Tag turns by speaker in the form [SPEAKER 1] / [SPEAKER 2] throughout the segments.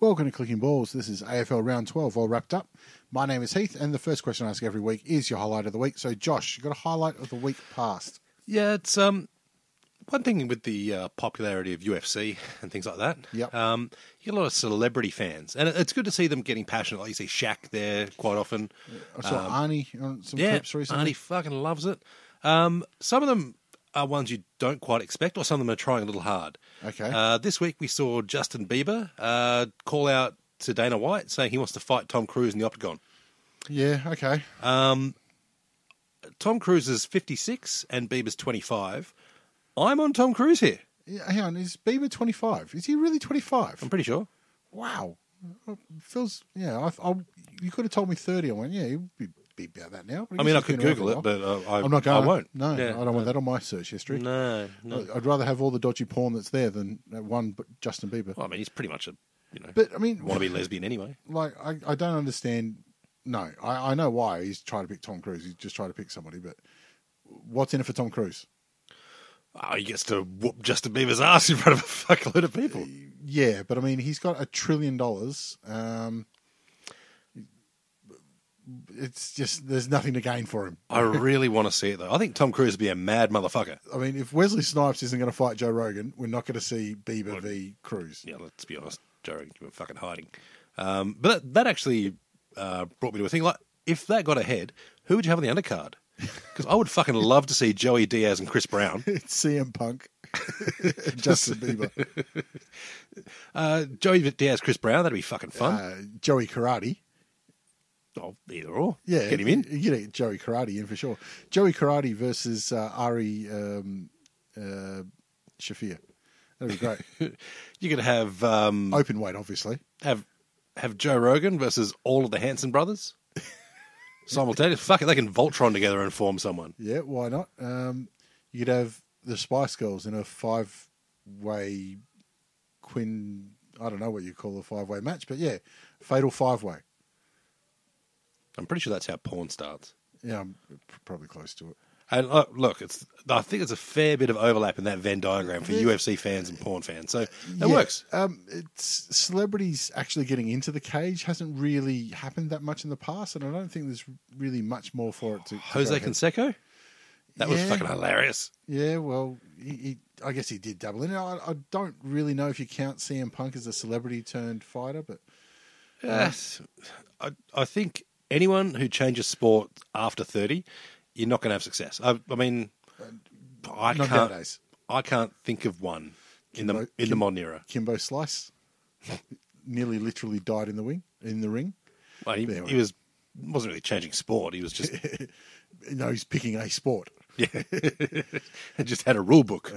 [SPEAKER 1] Welcome to Clicking Balls. This is AFL Round 12 all wrapped up. My name is Heath, and the first question I ask every week is your highlight of the week. So, Josh, you got a highlight of the week past?
[SPEAKER 2] Yeah, it's um one thing with the uh, popularity of UFC and things like that.
[SPEAKER 1] Yep.
[SPEAKER 2] Um, you get a lot of celebrity fans, and it- it's good to see them getting passionate. Like you see Shaq there quite often.
[SPEAKER 1] I saw Arnie on some
[SPEAKER 2] Um, Yeah,
[SPEAKER 1] clips recently.
[SPEAKER 2] Arnie fucking loves it. Um, some of them are ones you don't quite expect, or some of them are trying a little hard.
[SPEAKER 1] Okay.
[SPEAKER 2] Uh, this week we saw Justin Bieber uh, call out to Dana White saying he wants to fight Tom Cruise in the Octagon.
[SPEAKER 1] Yeah, okay.
[SPEAKER 2] Tom Cruise is 56 and Bieber's 25. I'm on Tom Cruise here.
[SPEAKER 1] Yeah, hang on, is Bieber 25? Is he really 25?
[SPEAKER 2] I'm pretty sure.
[SPEAKER 1] Wow. Feels, yeah, I, I, you could have told me 30. I went, yeah, you'd be, be about that now. But
[SPEAKER 2] I mean, I
[SPEAKER 1] guess he's
[SPEAKER 2] could
[SPEAKER 1] been around
[SPEAKER 2] Google
[SPEAKER 1] for a
[SPEAKER 2] it, but uh, I,
[SPEAKER 1] while. I'm not going
[SPEAKER 2] I won't.
[SPEAKER 1] No,
[SPEAKER 2] Yeah.
[SPEAKER 1] I don't want that on my search history.
[SPEAKER 2] No, no.
[SPEAKER 1] I'd rather have all the dodgy porn that's there than that one but Justin Bieber.
[SPEAKER 2] Well, I mean, he's pretty much a you know
[SPEAKER 1] But, I mean,
[SPEAKER 2] want to be lesbian anyway.
[SPEAKER 1] like I, I don't understand. No, I, I know why he's trying to pick Tom Cruise. He's just trying to pick somebody, but what's in it for Tom Cruise?
[SPEAKER 2] Oh, he gets to whoop Justin Bieber's ass in front of a fuckload of people.
[SPEAKER 1] Yeah, but I mean, he's got a trillion dollars. Um, it's just there's nothing to gain for him.
[SPEAKER 2] I really want to see it though. I think Tom Cruise would be a mad motherfucker.
[SPEAKER 1] I mean, if Wesley Snipes isn't going to fight Joe Rogan, we're not going to see Bieber v. Cruise.
[SPEAKER 2] Yeah, let's be honest, Joe, you've been fucking hiding. Um, but that, that actually uh, brought me to a thing. Like, if that got ahead, who would you have on the undercard? Because I would fucking love to see Joey Diaz and Chris Brown.
[SPEAKER 1] It's CM Punk, Justin Bieber,
[SPEAKER 2] Uh, Joey Diaz, Chris Brown, that'd be fucking fun.
[SPEAKER 1] uh, Joey Karate.
[SPEAKER 2] oh, either or.
[SPEAKER 1] Yeah,
[SPEAKER 2] Get him in.
[SPEAKER 1] You get Joey Karate in for sure. Joey Karate versus uh, Ari um, uh, Shafir. That'd be great.
[SPEAKER 2] You could have um,
[SPEAKER 1] Open weight, obviously.
[SPEAKER 2] have have Joe Rogan versus all of the Hanson brothers simultaneously. Fuck it, they can Voltron together and form someone.
[SPEAKER 1] Yeah, why not? Um, you could have the Spice Girls in a five-way Quinn. I don't know what you call a five-way match, but yeah, fatal five-way.
[SPEAKER 2] I'm pretty sure that's how porn starts.
[SPEAKER 1] Yeah, I'm p- probably close to it.
[SPEAKER 2] And uh, look, it's I think there's a fair bit of overlap in that Venn diagram for UFC fans and porn fans, so that
[SPEAKER 1] Yeah,
[SPEAKER 2] works.
[SPEAKER 1] Um, it's celebrities actually getting into the cage hasn't really happened that much in the past, and I don't think there's really much more for it to. to go
[SPEAKER 2] Jose
[SPEAKER 1] ahead.
[SPEAKER 2] Canseco, that was
[SPEAKER 1] Yeah.
[SPEAKER 2] fucking hilarious.
[SPEAKER 1] Yeah, well, he, he, I guess he did double in. I, I don't really know if you count CM Punk as a celebrity turned fighter, but
[SPEAKER 2] Yes. I, Uh, I think anyone who changes sport after 30, you're not going to have success. I, I mean, I
[SPEAKER 1] Uh, not
[SPEAKER 2] can't.
[SPEAKER 1] nowadays.
[SPEAKER 2] I can't think of one in the
[SPEAKER 1] Kimbo-
[SPEAKER 2] in the modern era.
[SPEAKER 1] Kimbo Slice nearly literally died in the wing in the ring.
[SPEAKER 2] Like, he,
[SPEAKER 1] Anyway.
[SPEAKER 2] he was wasn't really changing sport. He was just
[SPEAKER 1] No, he's picking a sport.
[SPEAKER 2] he just had a rule book.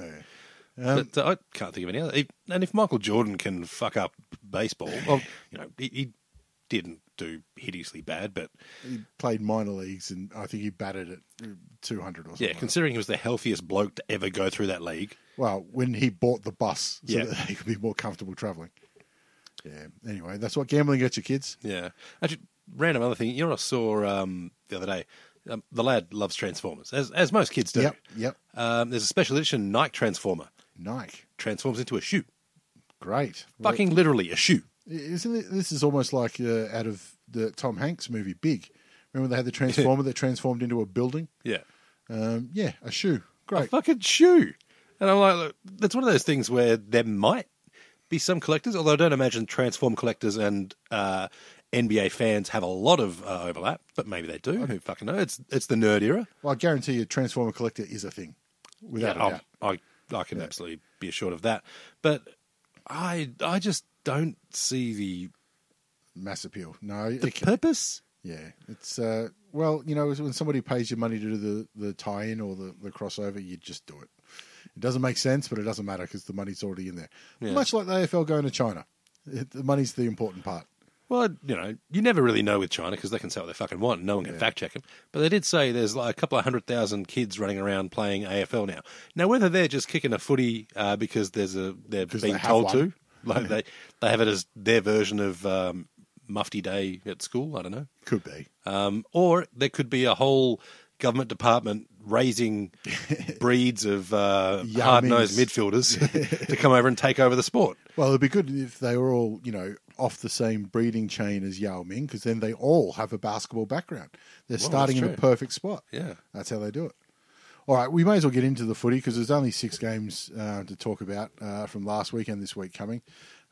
[SPEAKER 2] but uh, I can't think of any other. He- And if Michael Jordan can fuck up baseball, well, you know, he, he didn't do hideously bad, but
[SPEAKER 1] He played minor leagues, and I think he batted at two hundred or something.
[SPEAKER 2] yeah,
[SPEAKER 1] like
[SPEAKER 2] considering he was the healthiest bloke to ever go through that league,
[SPEAKER 1] that. well, when he bought the bus, so
[SPEAKER 2] Yeah.
[SPEAKER 1] that he could be more comfortable traveling. Yeah. Anyway, that's what gambling gets you, kids.
[SPEAKER 2] Yeah. Actually, random other thing. You know what I saw um, the other day? Um, the lad loves Transformers, as, as most kids do.
[SPEAKER 1] Yep. Yep.
[SPEAKER 2] Um, there's a special edition Nike Transformer.
[SPEAKER 1] Nike.
[SPEAKER 2] Transforms into a shoe.
[SPEAKER 1] Great.
[SPEAKER 2] Fucking literally a shoe.
[SPEAKER 1] Isn't it, this is almost like uh, out of the Tom Hanks movie Big? Remember they had the transformer that transformed into a building?
[SPEAKER 2] Yeah.
[SPEAKER 1] Um, yeah, a shoe.
[SPEAKER 2] A
[SPEAKER 1] Great.
[SPEAKER 2] fucking shoe. And I'm like, look, that's one of those things where there might be some collectors, although I don't imagine Transform collectors and uh, NBA fans have a lot of uh, overlap, but maybe they do. Who fucking knows? It's, it's the nerd era.
[SPEAKER 1] Well, I guarantee you, Transformer Collector is a thing. Without a
[SPEAKER 2] I'll-
[SPEAKER 1] doubt.
[SPEAKER 2] I, Oh, I can absolutely be assured of that. But I, I just don't see the,
[SPEAKER 1] Mass appeal. No,
[SPEAKER 2] the
[SPEAKER 1] it,
[SPEAKER 2] purpose.
[SPEAKER 1] yeah. It's, uh, well, you know, it's when somebody pays you money to do the, the tie in or the, the crossover, you just do it. It doesn't make sense, but it doesn't matter because the money's already in there.
[SPEAKER 2] Yeah.
[SPEAKER 1] Much like the AFL going to China, it, the money's the important part.
[SPEAKER 2] Well, you know, you never really know with China because they can say what they fucking want. And no one can fact check them. But they did say there's like a couple of hundred thousand kids running around playing AFL now. Now, whether they're just kicking a footy uh, because there's a they're
[SPEAKER 1] 'Cause
[SPEAKER 2] being
[SPEAKER 1] they have
[SPEAKER 2] told
[SPEAKER 1] one.
[SPEAKER 2] to, like they they have it as their version of um, Mufti Day at school. I don't know.
[SPEAKER 1] Could be.
[SPEAKER 2] Um, or there could be a whole government department raising breeds of uh,
[SPEAKER 1] Yao
[SPEAKER 2] hard nosed
[SPEAKER 1] Mings.
[SPEAKER 2] midfielders to come over and take over the sport.
[SPEAKER 1] Well, it'd be good if they were all, you know, off the same breeding chain as Yao Ming, because then they all have a basketball background. They're
[SPEAKER 2] Well,
[SPEAKER 1] starting in
[SPEAKER 2] that's
[SPEAKER 1] a
[SPEAKER 2] true.
[SPEAKER 1] perfect spot.
[SPEAKER 2] Yeah.
[SPEAKER 1] That's how they do it. All right, we may as well get into the footy because there's only six games uh, to talk about uh, from last week and this week coming.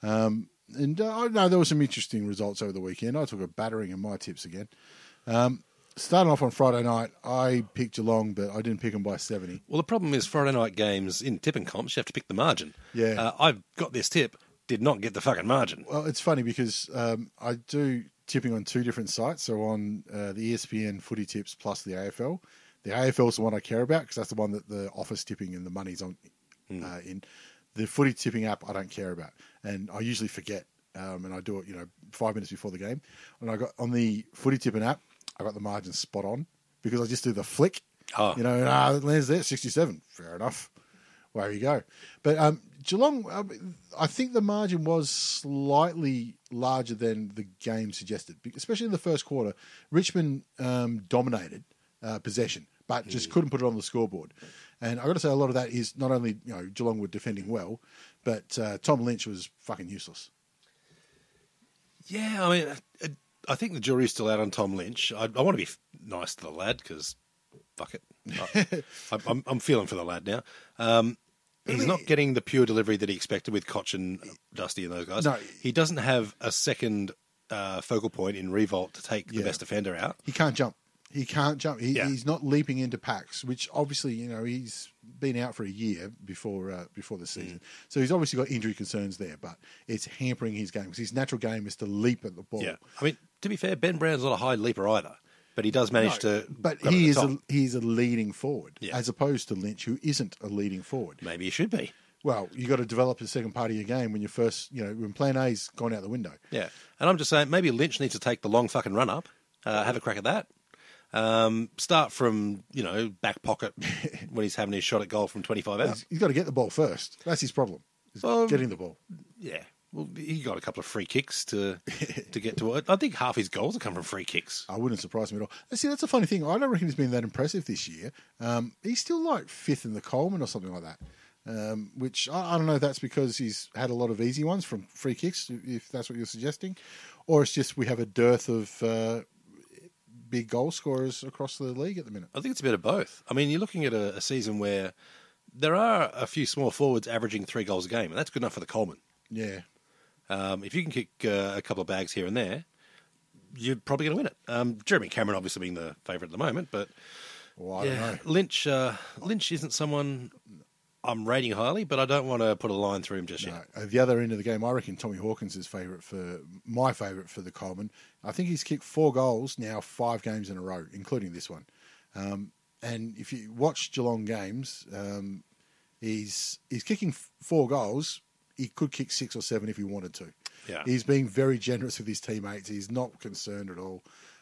[SPEAKER 1] Um, and uh, I know there were some interesting results over the weekend. I took a battering in my tips again. Um, starting off on Friday night, I picked Geelong, but I didn't pick them by 70.
[SPEAKER 2] Well, the problem is Friday night games in tipping comps, you have to pick the margin.
[SPEAKER 1] Yeah.
[SPEAKER 2] Uh, I've got this tip, did not get the fucking margin.
[SPEAKER 1] Well, it's funny because um, I do tipping on two different sites. So on uh, the ESPN Footy Tips plus the AFL. The AFL is the one I care about because that's the one that the office tipping and the money's on uh, in. The Footy Tipping app I don't care about, and I usually forget, um, and I do it you know five minutes before the game. And I got on the Footy Tipping app, I got the margin spot on because I just do the flick.
[SPEAKER 2] Oh.
[SPEAKER 1] You know, and, ah, it lands there, sixty-seven. Fair enough where you go. But um, Geelong, um, I think the margin was slightly larger than the game suggested, be- especially in the first quarter. Richmond um, dominated uh, possession, but just couldn't put it on the scoreboard. And I got to say, a lot of that is not only you know Geelong were defending well, but uh, Tom Lynch was fucking useless.
[SPEAKER 2] Yeah, I mean, it, I think the jury's still out on Tom Lynch. I, I want to be f- nice to the lad because fuck it. I, I'm- I'm, I'm feeling for the lad now. Um, he's not getting the pure delivery that he expected with Koch and Dusty and those guys.
[SPEAKER 1] No.
[SPEAKER 2] He doesn't have a second uh, focal point in Revolt to take the
[SPEAKER 1] Yeah.
[SPEAKER 2] best defender out.
[SPEAKER 1] He can't jump. He can't jump. He,
[SPEAKER 2] Yeah.
[SPEAKER 1] He's not leaping into packs, which obviously you know he's been out for a year before uh, before the season,
[SPEAKER 2] Mm.
[SPEAKER 1] so he's obviously got injury concerns there. But it's hampering his game because his natural game is to leap at the ball.
[SPEAKER 2] Yeah. I mean, to be fair, Ben Brown's not a high leaper either, but he does manage
[SPEAKER 1] No,
[SPEAKER 2] to.
[SPEAKER 1] but
[SPEAKER 2] grab
[SPEAKER 1] he
[SPEAKER 2] at
[SPEAKER 1] is
[SPEAKER 2] the
[SPEAKER 1] a,
[SPEAKER 2] top.
[SPEAKER 1] he is a leading forward
[SPEAKER 2] Yeah.
[SPEAKER 1] as opposed to Lynch, who isn't a leading forward.
[SPEAKER 2] Maybe he should be.
[SPEAKER 1] Well, you got to develop the second part of your game when you first you know when Plan A's gone out the window.
[SPEAKER 2] Yeah, and I'm just saying maybe Lynch needs to take the long fucking run up, uh, have a crack at that. Um, start from you know back pocket when he's having his shot at goal from 25 out.
[SPEAKER 1] He's- he's got to get the ball first. That's his problem. is
[SPEAKER 2] Um,
[SPEAKER 1] getting the ball.
[SPEAKER 2] Yeah, well he got a couple of free kicks to to get to it. I think half his goals have come from free kicks.
[SPEAKER 1] I wouldn't surprise me at all. And See, that's a funny thing. I don't reckon he's been that impressive this year. Um, he's still like fifth in the Coleman or something like that. Um, which I, I don't know. If that's because he's had a lot of easy ones from free kicks, if that's what you're suggesting, or it's just we have a dearth of uh, big goal scorers across the league at the minute.
[SPEAKER 2] I think it's a bit of both. I mean, you're looking at a, a season where there are a few small forwards averaging three goals a game, and that's good enough for the Coleman.
[SPEAKER 1] Yeah,
[SPEAKER 2] Um, if you can kick uh, a couple of bags here and there, you're probably going to win it. Um, Jeremy Cameron obviously being the favourite at the moment, but
[SPEAKER 1] well, I
[SPEAKER 2] yeah,
[SPEAKER 1] don't know.
[SPEAKER 2] Lynch. Uh, Lynch isn't someone I'm rating highly, but I don't want to put a line through him just
[SPEAKER 1] No.
[SPEAKER 2] yet.
[SPEAKER 1] At the other end of the game, I reckon Tommy Hawkins is favourite for my favourite for the Coleman. I think he's kicked four goals now, five games in a row, including this one. Um, and if you watch Geelong games, um, he's he's kicking f- four goals. He could kick six or seven if he wanted to.
[SPEAKER 2] Yeah.
[SPEAKER 1] he's being very generous with his teammates. He's not concerned at all.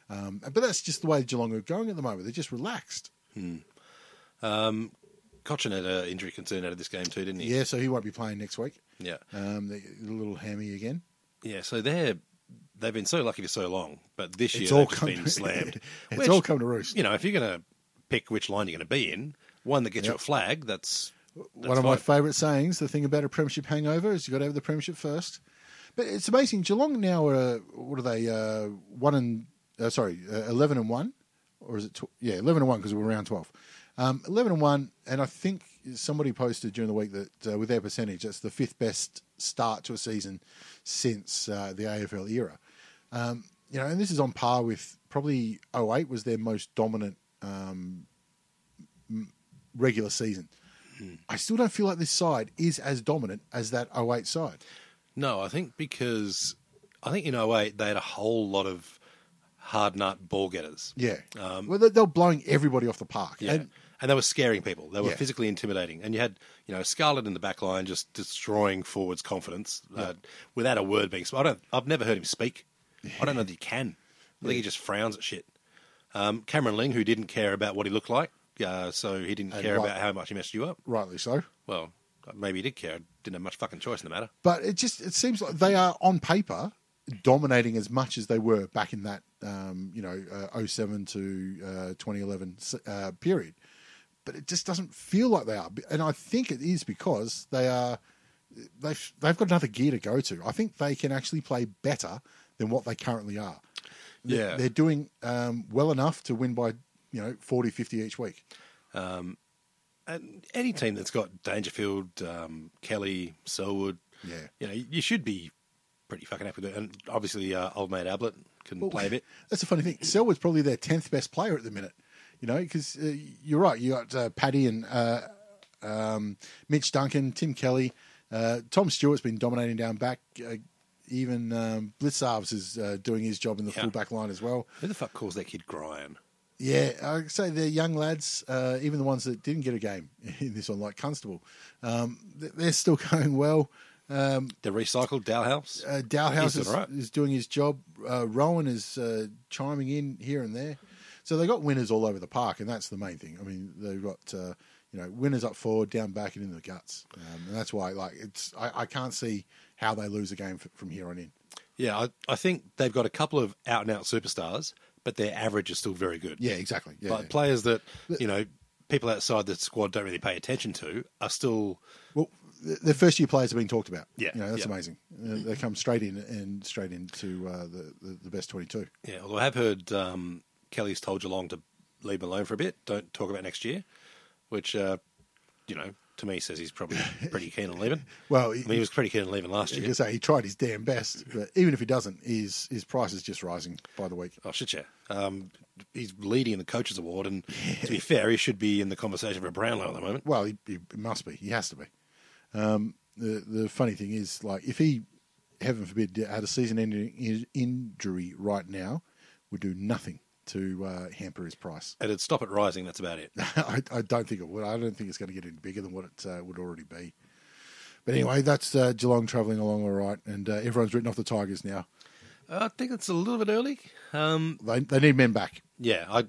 [SPEAKER 1] Um, but that's just the way Geelong are going at the moment. They're just relaxed.
[SPEAKER 2] Cochin had an injury concern out of this game too, didn't he?
[SPEAKER 1] Yeah, so he won't be playing next week.
[SPEAKER 2] yeah,
[SPEAKER 1] Um, the, the little hammy again.
[SPEAKER 2] yeah. So they're they've been so lucky for so long, but this year
[SPEAKER 1] It's
[SPEAKER 2] they've
[SPEAKER 1] all
[SPEAKER 2] just
[SPEAKER 1] come
[SPEAKER 2] been
[SPEAKER 1] to-
[SPEAKER 2] slammed.
[SPEAKER 1] it's
[SPEAKER 2] Which,
[SPEAKER 1] all come to roost.
[SPEAKER 2] You know, if you're going to pick which line you're going to be in, one that gets you a
[SPEAKER 1] Yep.
[SPEAKER 2] flag, that's, that's
[SPEAKER 1] One of my
[SPEAKER 2] fine.
[SPEAKER 1] favourite sayings, the thing about a premiership hangover is you've got to have the premiership first. But it's amazing. Geelong now are, uh, what are they, uh, one and, uh, sorry, uh, 11 and one? Or is it, tw- yeah, 11 and one because we're round 12. Um, 11 and one, and I think somebody posted during the week that uh, with their percentage, that's the fifth best start to a season since uh, the AFL era. Um, you know, and this is on par with probably 08 was their most dominant um, m- regular season. I still don't feel like this side is as dominant as that 08 side.
[SPEAKER 2] No, I think because I think in 08 they had a whole lot of hard nut ball getters.
[SPEAKER 1] Yeah.
[SPEAKER 2] Um,
[SPEAKER 1] well, they- they're blowing everybody off the park.
[SPEAKER 2] Yeah.
[SPEAKER 1] And
[SPEAKER 2] And, they were scaring people. They were
[SPEAKER 1] Yeah.
[SPEAKER 2] physically intimidating. And you had, you know, Scarlett in the back line just destroying forwards' confidence uh, without a word being spoken. I don't, I've never heard him speak. I don't know that he can. I think he just frowns at shit. Um, Cameron Ling, who didn't care about what he looked like, uh, so he didn't
[SPEAKER 1] And
[SPEAKER 2] care
[SPEAKER 1] what-
[SPEAKER 2] about how much he messed you up.
[SPEAKER 1] rightly so.
[SPEAKER 2] Well, maybe he did care. Didn't have much fucking choice in the matter.
[SPEAKER 1] But it just it seems like they are on paper dominating as much as they were back in that um, you know uh, 07 to uh, 2011 s- uh, period. But it just doesn't feel like they are, and I think it is because they are they've they've got another gear to go to. I think they can actually play better than what they currently are. They-
[SPEAKER 2] Yeah.
[SPEAKER 1] they're doing um, well enough to win by you know 40, 50 each week.
[SPEAKER 2] And any team that's got Dangerfield, um, Kelly, Selwood,
[SPEAKER 1] Yeah.
[SPEAKER 2] you know, you should be pretty fucking happy with it. And obviously, uh, old mate Ablett can
[SPEAKER 1] Well,
[SPEAKER 2] play a bit.
[SPEAKER 1] That's the funny thing. Selwood's probably their tenth best player at the minute. You know, because uh, you're right. You got uh, Paddy and uh, um, Mitch Duncan, Tim Kelly, uh, Tom Stewart's been dominating down back. Uh, even um, Blitzarves is uh, doing his job in the
[SPEAKER 2] Yeah.
[SPEAKER 1] full back line as well.
[SPEAKER 2] Who the fuck calls that kid Grian?
[SPEAKER 1] Yeah, I'd say they're young lads, uh, even the ones that didn't get a game in this one, like Constable. Um, th- they're still going well. Um,
[SPEAKER 2] The recycled Dalhouse?
[SPEAKER 1] uh, Dowhouse
[SPEAKER 2] He's
[SPEAKER 1] is,
[SPEAKER 2] done right.
[SPEAKER 1] is doing his job. Uh, Rowan is uh, chiming in here and there. So they got winners all over the park, and that's the main thing. I mean, they've got uh, you know winners up forward, down back, and in the guts, um, and that's why like it's I, I can't see how they lose a game f- from here on in.
[SPEAKER 2] yeah, I, I think they've got a couple of out and out superstars, but their average is still very good.
[SPEAKER 1] Yeah, exactly. Yeah,
[SPEAKER 2] Like
[SPEAKER 1] yeah.
[SPEAKER 2] players that, you know, people outside the squad don't really pay attention to are still.
[SPEAKER 1] well, th- their first year players have been talked about.
[SPEAKER 2] Yeah,
[SPEAKER 1] you know that's
[SPEAKER 2] yeah.
[SPEAKER 1] amazing. Uh, they come straight in and straight into uh, the, the the best twenty two.
[SPEAKER 2] Yeah, although I have heard um, Kelly's told Geelong to leave him alone for a bit. Don't talk about next year, which, uh, you know, to me says he's probably pretty keen on leaving.
[SPEAKER 1] Well,
[SPEAKER 2] I mean, he was pretty keen on leaving last
[SPEAKER 1] you
[SPEAKER 2] year.
[SPEAKER 1] can say he tried his damn best, but even if he doesn't, his his price is just rising by the week.
[SPEAKER 2] Oh shit, yeah. Um, he's leading the coaches award, and to be fair, he should be in the conversation for Brownlow at the moment.
[SPEAKER 1] Well, he, he must be. He has to be. Um, the the funny thing is, like, if he, heaven forbid, had a season-ending in- injury right now, would do nothing to uh, hamper his price.
[SPEAKER 2] It'd stop it rising. That's about it.
[SPEAKER 1] I, I don't think it would. I don't think it's going to get any bigger than what it uh, would already be. But anyway, that's uh, Geelong travelling along all right, and uh, everyone's written off the Tigers now.
[SPEAKER 2] I think it's a little bit early. Um,
[SPEAKER 1] They they need men back,
[SPEAKER 2] yeah, I,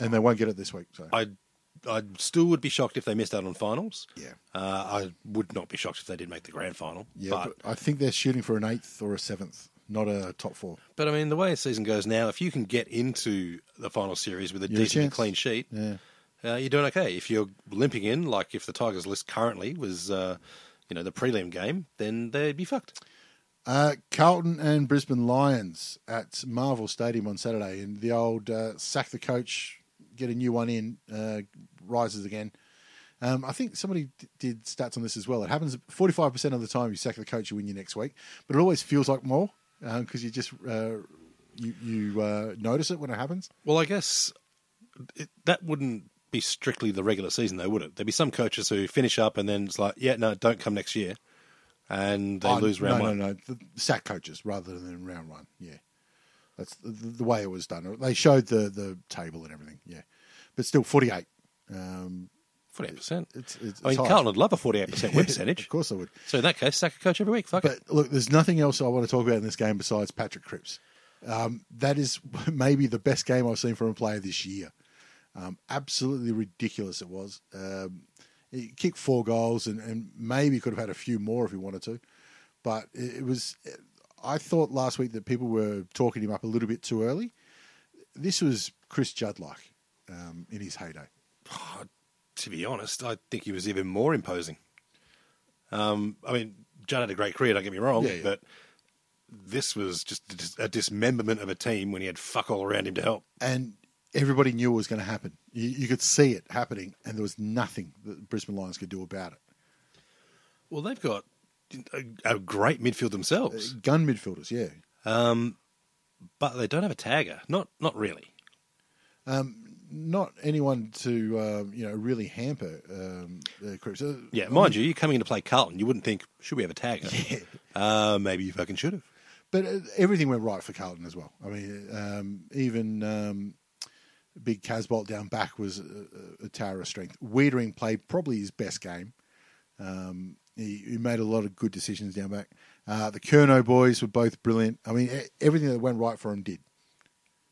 [SPEAKER 1] and they won't get it this week. So
[SPEAKER 2] I, I still would be shocked if they missed out on finals.
[SPEAKER 1] Yeah.
[SPEAKER 2] uh, I would not be shocked if they did make the grand final.
[SPEAKER 1] yeah,
[SPEAKER 2] but,
[SPEAKER 1] but I think they're shooting for an eighth or a seventh, not a top four.
[SPEAKER 2] but I mean, the way the season goes now, if you can get into the final series with a
[SPEAKER 1] You're a
[SPEAKER 2] decent
[SPEAKER 1] chance.
[SPEAKER 2] clean sheet,
[SPEAKER 1] Yeah.
[SPEAKER 2] uh, you're doing okay. If you're limping in, like if the Tigers list currently was, uh, you know, the prelim game, then they'd be fucked.
[SPEAKER 1] Uh, Carlton and Brisbane Lions at Marvel Stadium on Saturday, and the old uh, sack the coach, get a new one in, uh, rises again. Um, I think somebody d- did stats on this as well. It happens 45% of the time you sack the coach, you win your next week, but it always feels like more because you just uh, you, you uh, notice it when it happens.
[SPEAKER 2] Well, I guess it, that wouldn't be strictly the regular season, though, would it? There'd be some coaches who finish up and then it's like, yeah, no, don't come next year, and they
[SPEAKER 1] Oh,
[SPEAKER 2] lose round
[SPEAKER 1] no,
[SPEAKER 2] one.
[SPEAKER 1] No, no, the sack coaches rather than round one. Yeah, that's the, the the way it was done. They showed the the table and everything. Yeah, but still 48. Um,
[SPEAKER 2] Forty-eight percent.
[SPEAKER 1] It's, it's,
[SPEAKER 2] I mean,
[SPEAKER 1] it's high.
[SPEAKER 2] Carlton would love a forty-eight percent win percentage.
[SPEAKER 1] of course I would.
[SPEAKER 2] So in that case, sack a coach every week. Fuck it.
[SPEAKER 1] But look, there's nothing else I want to talk about in this game besides Patrick Cripps. Um, that is maybe the best game I've seen from a player this year. Um, absolutely ridiculous it was. Um, he kicked four goals and, and maybe could have had a few more if he wanted to. But it, it was. I thought last week that people were talking him up a little bit too early. This was Chris Judd like um, in his heyday.
[SPEAKER 2] Oh, to be honest, I think he was even more imposing. Um, I mean, Judd had a great career. Don't get me wrong,
[SPEAKER 1] Yeah, yeah.
[SPEAKER 2] but this was just a dis- a dismemberment of a team when he had fuck all around him to help.
[SPEAKER 1] and everybody knew it was going to happen. You, you could see it happening, and there was nothing that the Brisbane Lions could do about it.
[SPEAKER 2] Well, they've got a, a great midfield themselves,
[SPEAKER 1] Uh, Gun midfielders, yeah.
[SPEAKER 2] um, but they don't have a tagger. Not not really.
[SPEAKER 1] Not anyone to um, you know really hamper um, the crew. So,
[SPEAKER 2] Yeah, mind you, you're coming in to play Carlton. You wouldn't think should we have a tagger? Uh, maybe you fucking should have.
[SPEAKER 1] but uh, everything went right for Carlton as well. I mean, um, even um, big Casbolt down back was a, a- a tower of strength. Wiedering played probably his best game. Um, he, he made a lot of good decisions down back. Uh, the Kerno boys were both brilliant. I mean, e- everything that went right for him did.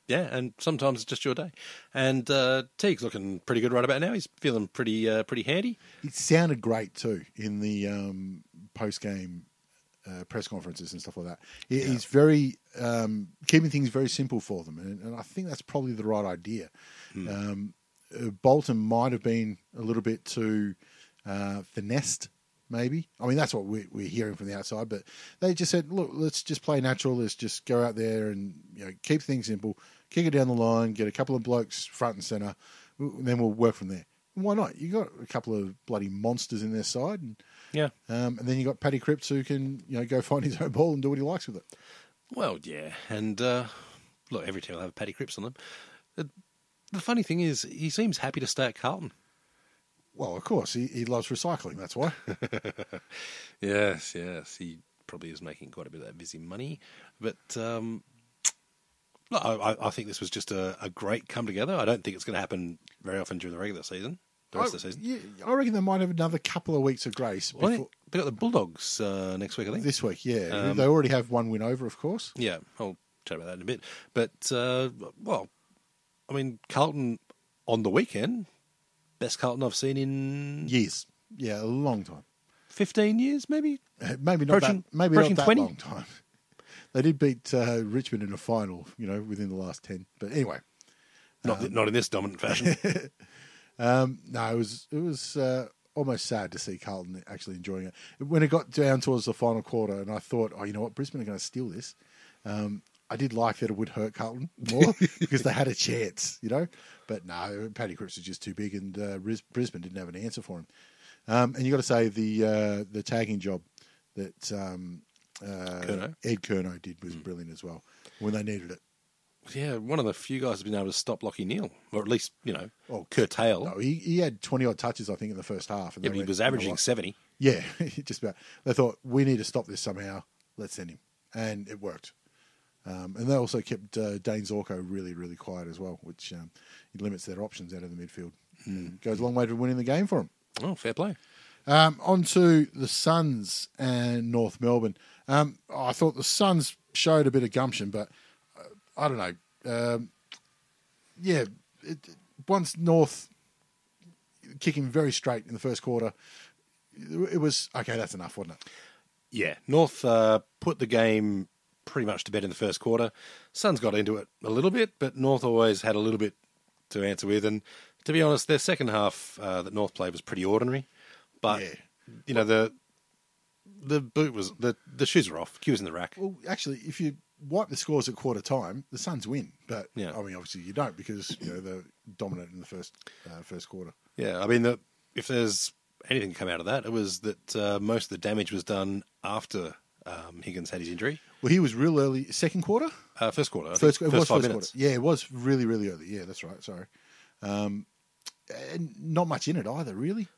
[SPEAKER 2] Yeah, and sometimes it's just your day. And uh, Teague's looking pretty good right about now. He's feeling pretty uh, pretty handy.
[SPEAKER 1] It sounded great too in the um, post game uh, press conferences and stuff like that. He, He's very um, keeping things very simple for them, and, and I think that's probably the right idea. Um, uh, Bolton might have been a little bit too uh, finessed, maybe. I mean, that's what we're, we're hearing from the outside, but they just said, "Look, let's just play natural. Let's just go out there and you know keep things simple, kick it down the line, get a couple of blokes front and center, w- and then we'll work from there." Why not? You got a couple of bloody monsters in their side, and
[SPEAKER 2] Yeah.
[SPEAKER 1] um, and then you got Paddy Cripps who can you know go find his own ball and do what he likes with it.
[SPEAKER 2] Well, yeah, and uh, look, every team will have a Paddy Cripps on them. Uh, The funny thing is, he seems happy to stay at Carlton.
[SPEAKER 1] Well, of course, he, he loves recycling. That's why.
[SPEAKER 2] Yes, yes, he probably is making quite a bit of that busy money, but um, look, I, I- I think this was just a, a great come together. I don't think it's going to happen very often during the regular season, the rest
[SPEAKER 1] I,
[SPEAKER 2] of the season.
[SPEAKER 1] Oh, yeah, I reckon they might have another couple of weeks of grace
[SPEAKER 2] Well, I
[SPEAKER 1] before,
[SPEAKER 2] think they got the Bulldogs uh, next week, I think.
[SPEAKER 1] this week. Yeah,
[SPEAKER 2] Um,
[SPEAKER 1] they already have one win over, of course.
[SPEAKER 2] Yeah, I'll chat about that in a bit. But uh, well, I mean, Carlton on the weekend, best Carlton I've seen in
[SPEAKER 1] Years, yeah, a long time.
[SPEAKER 2] fifteen years, maybe.
[SPEAKER 1] Uh, Maybe not
[SPEAKER 2] Approaching-
[SPEAKER 1] that. Maybe not
[SPEAKER 2] approaching
[SPEAKER 1] that
[SPEAKER 2] 20?
[SPEAKER 1] long time. They did beat uh, Richmond in a final, you know, within the last ten. But anyway, Uh,
[SPEAKER 2] Not not in this dominant fashion.
[SPEAKER 1] Um, no, it was it was uh, almost sad to see Carlton actually enjoying it. When it got down towards the final quarter, and I thought, oh, you know what, Brisbane are going to steal this. Um, I did like that it would hurt Carlton more because they had a chance, you know. But no, Paddy Cripps was just too big, and uh, Ris- Brisbane didn't have an answer for him. Um, and you got to say the uh, the tagging job that um, uh,
[SPEAKER 2] Curnow.
[SPEAKER 1] Ed Kerno did was
[SPEAKER 2] Mm.
[SPEAKER 1] brilliant as well when they needed it.
[SPEAKER 2] yeah, one of the few guys who's been able to stop Lockie Neal, or at least you know,
[SPEAKER 1] Oh,
[SPEAKER 2] curtail.
[SPEAKER 1] No, he, he had twenty odd touches, I think, in the first half. And they
[SPEAKER 2] yeah, but he
[SPEAKER 1] went,
[SPEAKER 2] was
[SPEAKER 1] "You know
[SPEAKER 2] averaging
[SPEAKER 1] what?"
[SPEAKER 2] seventy.
[SPEAKER 1] Yeah, just about. They thought we need to stop this somehow. Let's send him, and it worked. Um, and they also kept uh, Dane Zorko really, really quiet as well, which um, it limits their options out of the midfield. And Goes a long way to winning the game for them.
[SPEAKER 2] Oh, fair play.
[SPEAKER 1] Um, on to the Suns and North Melbourne. Um, I thought the Suns showed a bit of gumption, but uh, I don't know. Um, yeah, it, once North kicking very straight in the first quarter, it was okay. That's enough, wasn't it?
[SPEAKER 2] Yeah, North uh, put the game pretty much to bed in the first quarter. Suns got into it a little bit, but North always had a little bit to answer with. And to be honest, their second half uh, that North played was pretty ordinary. But
[SPEAKER 1] Yeah.
[SPEAKER 2] you know the the boot was the the shoes were off. Q was in the rack.
[SPEAKER 1] Well, actually, if you wipe the scores at quarter time, the Suns win. But
[SPEAKER 2] Yeah.
[SPEAKER 1] I mean, obviously, you don't because you know they're dominant in the first uh, first quarter.
[SPEAKER 2] Yeah, I mean, the, if there's anything to come out of that, it was that uh, most of the damage was done after um, Higgins had his injury.
[SPEAKER 1] Well, he was real early second quarter.
[SPEAKER 2] Uh, first quarter, I think.
[SPEAKER 1] first, it was
[SPEAKER 2] five
[SPEAKER 1] first
[SPEAKER 2] minutes.
[SPEAKER 1] quarter. Yeah, it was really, really early. Yeah, that's right. Sorry. Um, and not much in it either, really.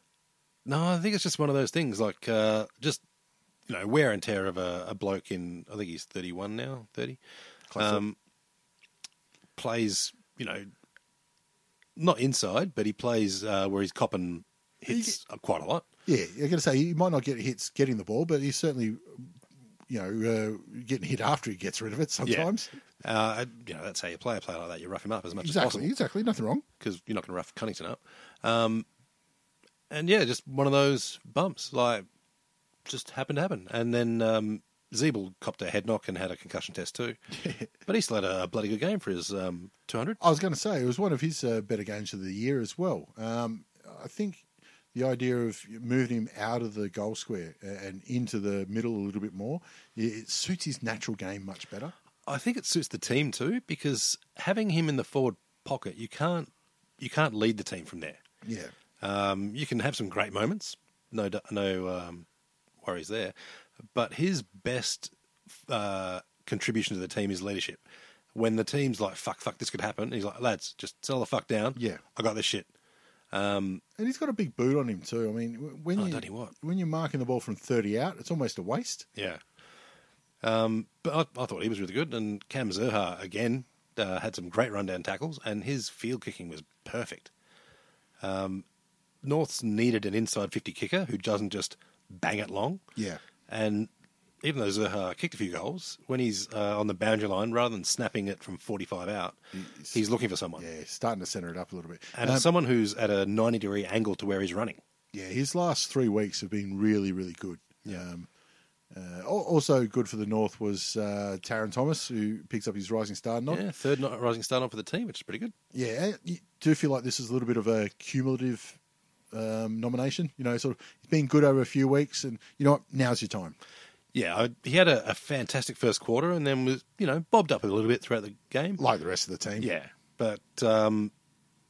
[SPEAKER 2] No, I think it's just one of those things, like uh, just you know wear and tear of a, a bloke in. I think he's thirty-one now, thirty.
[SPEAKER 1] Close
[SPEAKER 2] um, plays, you know, not inside, but he plays uh, where he's copping hits uh quite a lot.
[SPEAKER 1] Yeah, you're going to say he might not get hits getting the ball, but he's certainly, you know, uh, getting hit after he gets rid of it sometimes.
[SPEAKER 2] Uh, you know, that's how you play a player like that. You rough him up as much as
[SPEAKER 1] Exactly,
[SPEAKER 2] possible.
[SPEAKER 1] exactly. Nothing wrong.
[SPEAKER 2] because you're not going to rough Cunnington up. Um, and yeah, just one of those bumps, like just happened to happen. And then um, Zeeble copped a head knock and had a concussion test too. but he still had a bloody good game for his um, 200.
[SPEAKER 1] I was going to say it was one of his uh, better games of the year as well. Um, I think the idea of moving him out of the goal square uh, and into the middle a little bit more it it suits his natural game much better.
[SPEAKER 2] I think it suits the team too because having him in the forward pocket, you can't you can't lead the team from there.
[SPEAKER 1] Yeah.
[SPEAKER 2] Um, you can have some great moments, no d- no um, worries there, but his best uh, contribution to the team is leadership. When the team's like fuck fuck this could happen, he's like lads just settle the fuck down.
[SPEAKER 1] Yeah.
[SPEAKER 2] I got this shit. Um,
[SPEAKER 1] And he's got a big boot on him too. I mean, w- when
[SPEAKER 2] Oh,
[SPEAKER 1] you
[SPEAKER 2] don't he what?
[SPEAKER 1] when you're marking the ball from 30 out, it's almost a waste.
[SPEAKER 2] Yeah. Um, but I, I thought he was really good. And Cam Zerha, again, uh, had some great rundown tackles, and his field kicking was perfect. Um, North's needed an inside 50 kicker who doesn't just bang it long.
[SPEAKER 1] Yeah.
[SPEAKER 2] And even though Zerha kicked a few goals, when he's uh, on the boundary line, rather than snapping it from 45 out,
[SPEAKER 1] He's-
[SPEAKER 2] he's, looking for someone.
[SPEAKER 1] Yeah, starting to center it up a little bit.
[SPEAKER 2] And
[SPEAKER 1] Um,
[SPEAKER 2] it's someone who's at a 90 degree angle to where he's running.
[SPEAKER 1] yeah, his last three weeks have been really, really good.
[SPEAKER 2] Yeah.
[SPEAKER 1] Um, uh, al- also good for the North was uh, Taron Thomas, who picks up his rising star nod.
[SPEAKER 2] yeah, third not- rising star on for the team, which is pretty good.
[SPEAKER 1] Yeah, and you do feel like this is a little bit of a cumulative um, nomination. You know, sort of he's been good over a few weeks, and you know what? Now's your time.
[SPEAKER 2] Yeah, I, Uh, he had a, a fantastic first quarter and then was, you know, bobbed up a little bit throughout the game.
[SPEAKER 1] Like the rest of the team.
[SPEAKER 2] Yeah, but, um,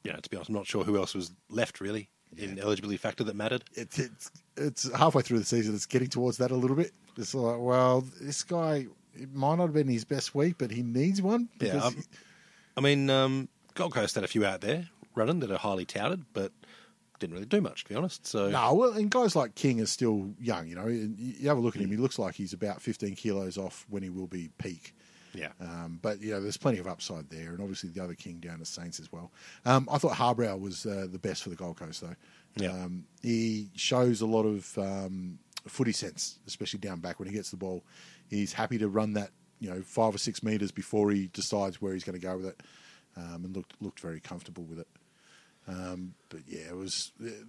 [SPEAKER 2] you know, to be honest, I'm not sure who else was left really in eligibility factor that mattered.
[SPEAKER 1] It's, it's it's halfway through the season. It's getting towards that a little bit. It's like, well, this guy it might not have been his best week, but he needs one.
[SPEAKER 2] Yeah,
[SPEAKER 1] because
[SPEAKER 2] um, I mean, um, Gold Coast had a few out there running that are highly touted, but didn't really do much, to be honest. So,
[SPEAKER 1] No, well, and guys like King is still young, you know. And you you have a look at him; he looks like he's about 15 kilos off when he will be peak.
[SPEAKER 2] yeah.
[SPEAKER 1] Um, but you know, there's plenty of upside there, and obviously the other King down at Saints as well. Um, I thought Harbrow was uh, the best for the Gold Coast, though.
[SPEAKER 2] Yeah.
[SPEAKER 1] Um, he shows a lot of um, footy sense, especially down back when he gets the ball. He's happy to run that, you know, five or six meters before he decides where he's going to go with it, um, and looked looked very comfortable with it. Um, but yeah, it was the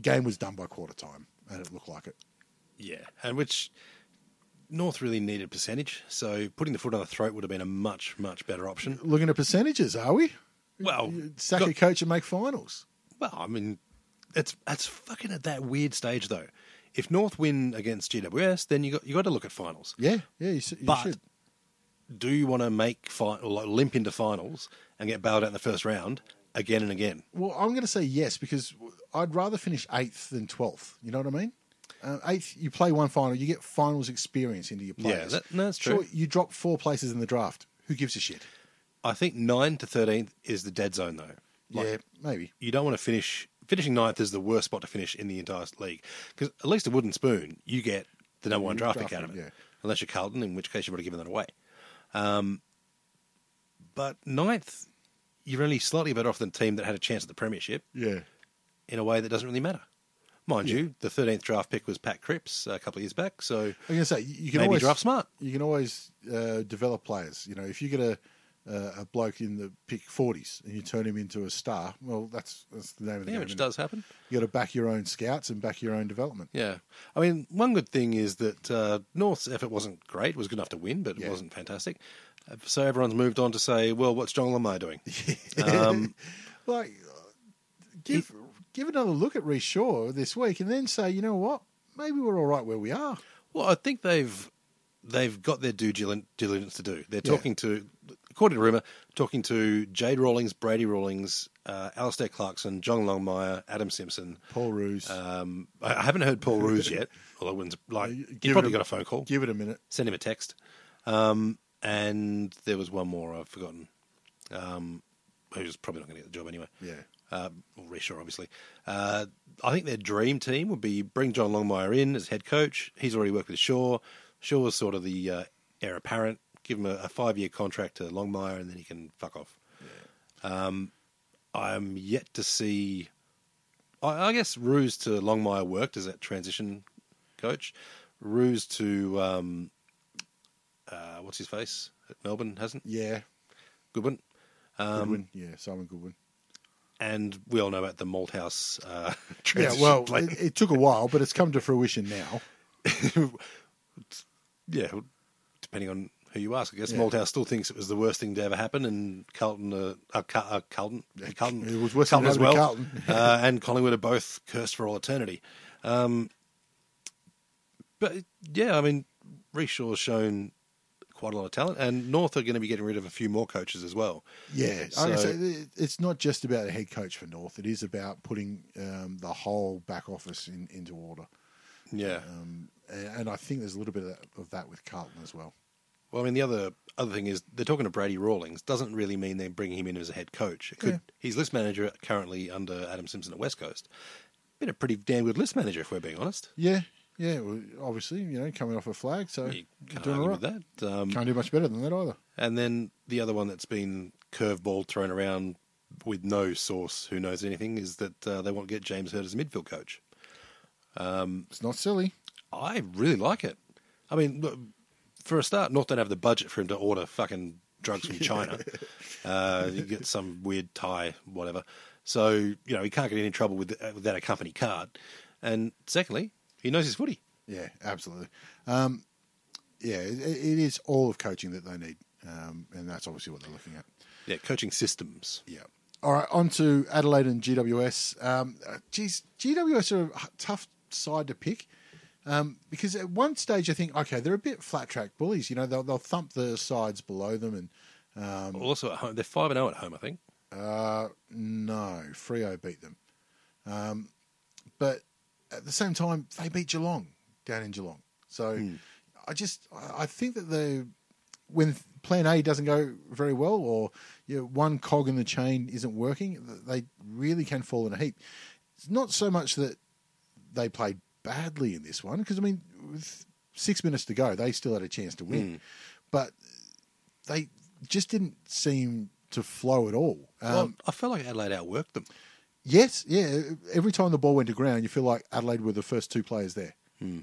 [SPEAKER 1] game was done by quarter time, and it looked like it.
[SPEAKER 2] Yeah, and which North really needed percentage, so putting the foot on the throat would have been a much, much better option.
[SPEAKER 1] Looking at percentages, are we? Uh,
[SPEAKER 2] Well,
[SPEAKER 1] Sack a
[SPEAKER 2] got-
[SPEAKER 1] coach and make finals.
[SPEAKER 2] Well, I mean, it's that's fucking at that weird stage though. If North win against GWS, then you got you got to look at finals.
[SPEAKER 1] Yeah, yeah, you, s- you
[SPEAKER 2] But-
[SPEAKER 1] should.
[SPEAKER 2] Do you want to make fi- or like limp into finals and get bailed out in the first round again and again?
[SPEAKER 1] Well, I'm going to say yes because I'd rather finish eighth than twelfth. You know what I mean? Uh, eighth, you play one final, you get finals experience into your
[SPEAKER 2] Yeah,
[SPEAKER 1] players.
[SPEAKER 2] that- no, that's
[SPEAKER 1] Sure,
[SPEAKER 2] true.
[SPEAKER 1] you drop four places in the draft. Who gives a shit?
[SPEAKER 2] I think nine to thirteenth is the dead zone though. Like,
[SPEAKER 1] yeah, maybe.
[SPEAKER 2] you don't want to finish finishing ninth is the worst spot to finish in the entire league because at least a wooden spoon you get the number one draft pick
[SPEAKER 1] draft
[SPEAKER 2] out of
[SPEAKER 1] pick,
[SPEAKER 2] it
[SPEAKER 1] yeah.
[SPEAKER 2] unless you're carlton in which case you've already given that away um, but ninth you're only slightly better off than the team that had a chance at the premiership
[SPEAKER 1] Yeah,
[SPEAKER 2] in a way that doesn't really matter mind you the 13th draft pick was pat cripps a couple of years back so
[SPEAKER 1] I'm going to say you you can
[SPEAKER 2] maybe
[SPEAKER 1] always
[SPEAKER 2] draft smart
[SPEAKER 1] You can always uh, develop players. You know, if you get a uh, a bloke in the pick 40s and you turn him into a star, well, that's that's the name of the
[SPEAKER 2] yeah
[SPEAKER 1] game.
[SPEAKER 2] which
[SPEAKER 1] innit?
[SPEAKER 2] does happen
[SPEAKER 1] You got to back your own scouts and back your own development.
[SPEAKER 2] Yeah, I mean, one good thing is that uh, North's effort wasn't great; it was good enough to win, but
[SPEAKER 1] Yeah.
[SPEAKER 2] it wasn't fantastic. Uh, So everyone's moved on to say, "Well, what's John Lamar doing?" Um,
[SPEAKER 1] like uh, give give another look at Reece Shaw this week, and then say, you know what, maybe we're all right where we are.
[SPEAKER 2] well, I think they've they've got their due dil- diligence to do. They're
[SPEAKER 1] Yeah.
[SPEAKER 2] talking to, according to rumor, talking to Jade Rawlings, Brady Rawlings, uh, Alistair Clarkson, John Longmire, Adam Simpson.
[SPEAKER 1] Paul Roos,
[SPEAKER 2] Um, I, I haven't heard Paul Ruse yet, although I wouldn't like.
[SPEAKER 1] Give
[SPEAKER 2] He
[SPEAKER 1] it
[SPEAKER 2] probably
[SPEAKER 1] a-
[SPEAKER 2] got a phone call.
[SPEAKER 1] give it a minute.
[SPEAKER 2] send him a text. Um, and there was one more I've forgotten, um, who's probably not going to get the job anyway.
[SPEAKER 1] Yeah,
[SPEAKER 2] Uh, well, Reshaw, obviously. Uh, I think their dream team would be bring John Longmire in as head coach. He's already worked with Shaw. Shaw was sort of the uh, heir apparent. Give him a, a five year contract to Longmire, and then he can fuck off. Um, I'm yet to see. I, I guess Ruse to Longmire worked as that transition coach. Ruse to um, uh, what's his face at Melbourne hasn't
[SPEAKER 1] yeah.
[SPEAKER 2] Goodwin, Um,
[SPEAKER 1] Goodwin, yeah, Simon Goodwin.
[SPEAKER 2] and we all know about the Malthouse uh,
[SPEAKER 1] Yeah,
[SPEAKER 2] transition.
[SPEAKER 1] well,
[SPEAKER 2] plan.
[SPEAKER 1] it, it took a while, but it's come to fruition now.
[SPEAKER 2] yeah, depending on who you ask, I guess
[SPEAKER 1] Yeah.
[SPEAKER 2] Malthouse still thinks it was the worst thing to ever happen, and Carlton, uh, uh, Car- uh, Carlton, Carlton,
[SPEAKER 1] It was worse than
[SPEAKER 2] Carlton as well,
[SPEAKER 1] having Carlton.
[SPEAKER 2] uh, and Collingwood are both cursed for all eternity. Um, but yeah, I mean, Reshaw's shown quite a lot of talent. And North are going to be getting rid of a few more coaches as well.
[SPEAKER 1] Yeah,
[SPEAKER 2] So-
[SPEAKER 1] I say th- it's not just about a head coach for North. It is about putting um, the whole back office in, into order,
[SPEAKER 2] Yeah.
[SPEAKER 1] um, and, and I think there's a little bit of that, of that with Carlton as well.
[SPEAKER 2] Well, I mean, the other other thing is they're talking to Brady Rawlings. Doesn't really mean they're bringing him in as a head coach. It could,
[SPEAKER 1] Yeah.
[SPEAKER 2] He's list manager currently under Adam Simpson at West Coast. Been a pretty damn good list manager, if we're being honest.
[SPEAKER 1] Yeah, yeah. Well, obviously, you know, coming off a flag, so
[SPEAKER 2] You
[SPEAKER 1] you're
[SPEAKER 2] can't
[SPEAKER 1] doing all
[SPEAKER 2] argue
[SPEAKER 1] right.
[SPEAKER 2] with that. Um,
[SPEAKER 1] Can't do much better than that either.
[SPEAKER 2] And then the other one that's been curveball thrown around with no source who knows anything is that uh, they want to get James Hurd as a midfield coach.
[SPEAKER 1] It's not silly.
[SPEAKER 2] I really like it. I mean, look, for a start, North don't have the budget for him to order fucking drugs from China. uh, you get some weird Thai, whatever. So, you know, he can't get in any trouble with, uh, without a company card. And secondly, he knows his footy.
[SPEAKER 1] Yeah, absolutely. Um, yeah, it, it is all of coaching that they need, um, and that's obviously what they're looking at.
[SPEAKER 2] Yeah, coaching systems.
[SPEAKER 1] Yeah. All right, on to Adelaide and GWS. Um, uh, geez, GWS are a h- tough side to pick um, because at one stage I think, okay, they're a bit flat track bullies. You know, they'll, they'll thump the sides below them, and Um,
[SPEAKER 2] Also at home, they're 5 and 0 at home, I think.
[SPEAKER 1] uh, no, Frio beat them. Um, but at the same time, they beat Geelong down in Geelong. So I just I- I think that the when Plan A doesn't go very well, or you know, one cog in the chain isn't working, th- they really can fall in a heap. It's not so much that they played badly in this one, because I mean, with six minutes to go, they still had a chance to win, but they just didn't seem to flow at all. Um,
[SPEAKER 2] well, I felt like Adelaide outworked them.
[SPEAKER 1] Yes, yeah. Every time the ball went to ground, you feel like Adelaide were the first two players there.
[SPEAKER 2] Hmm.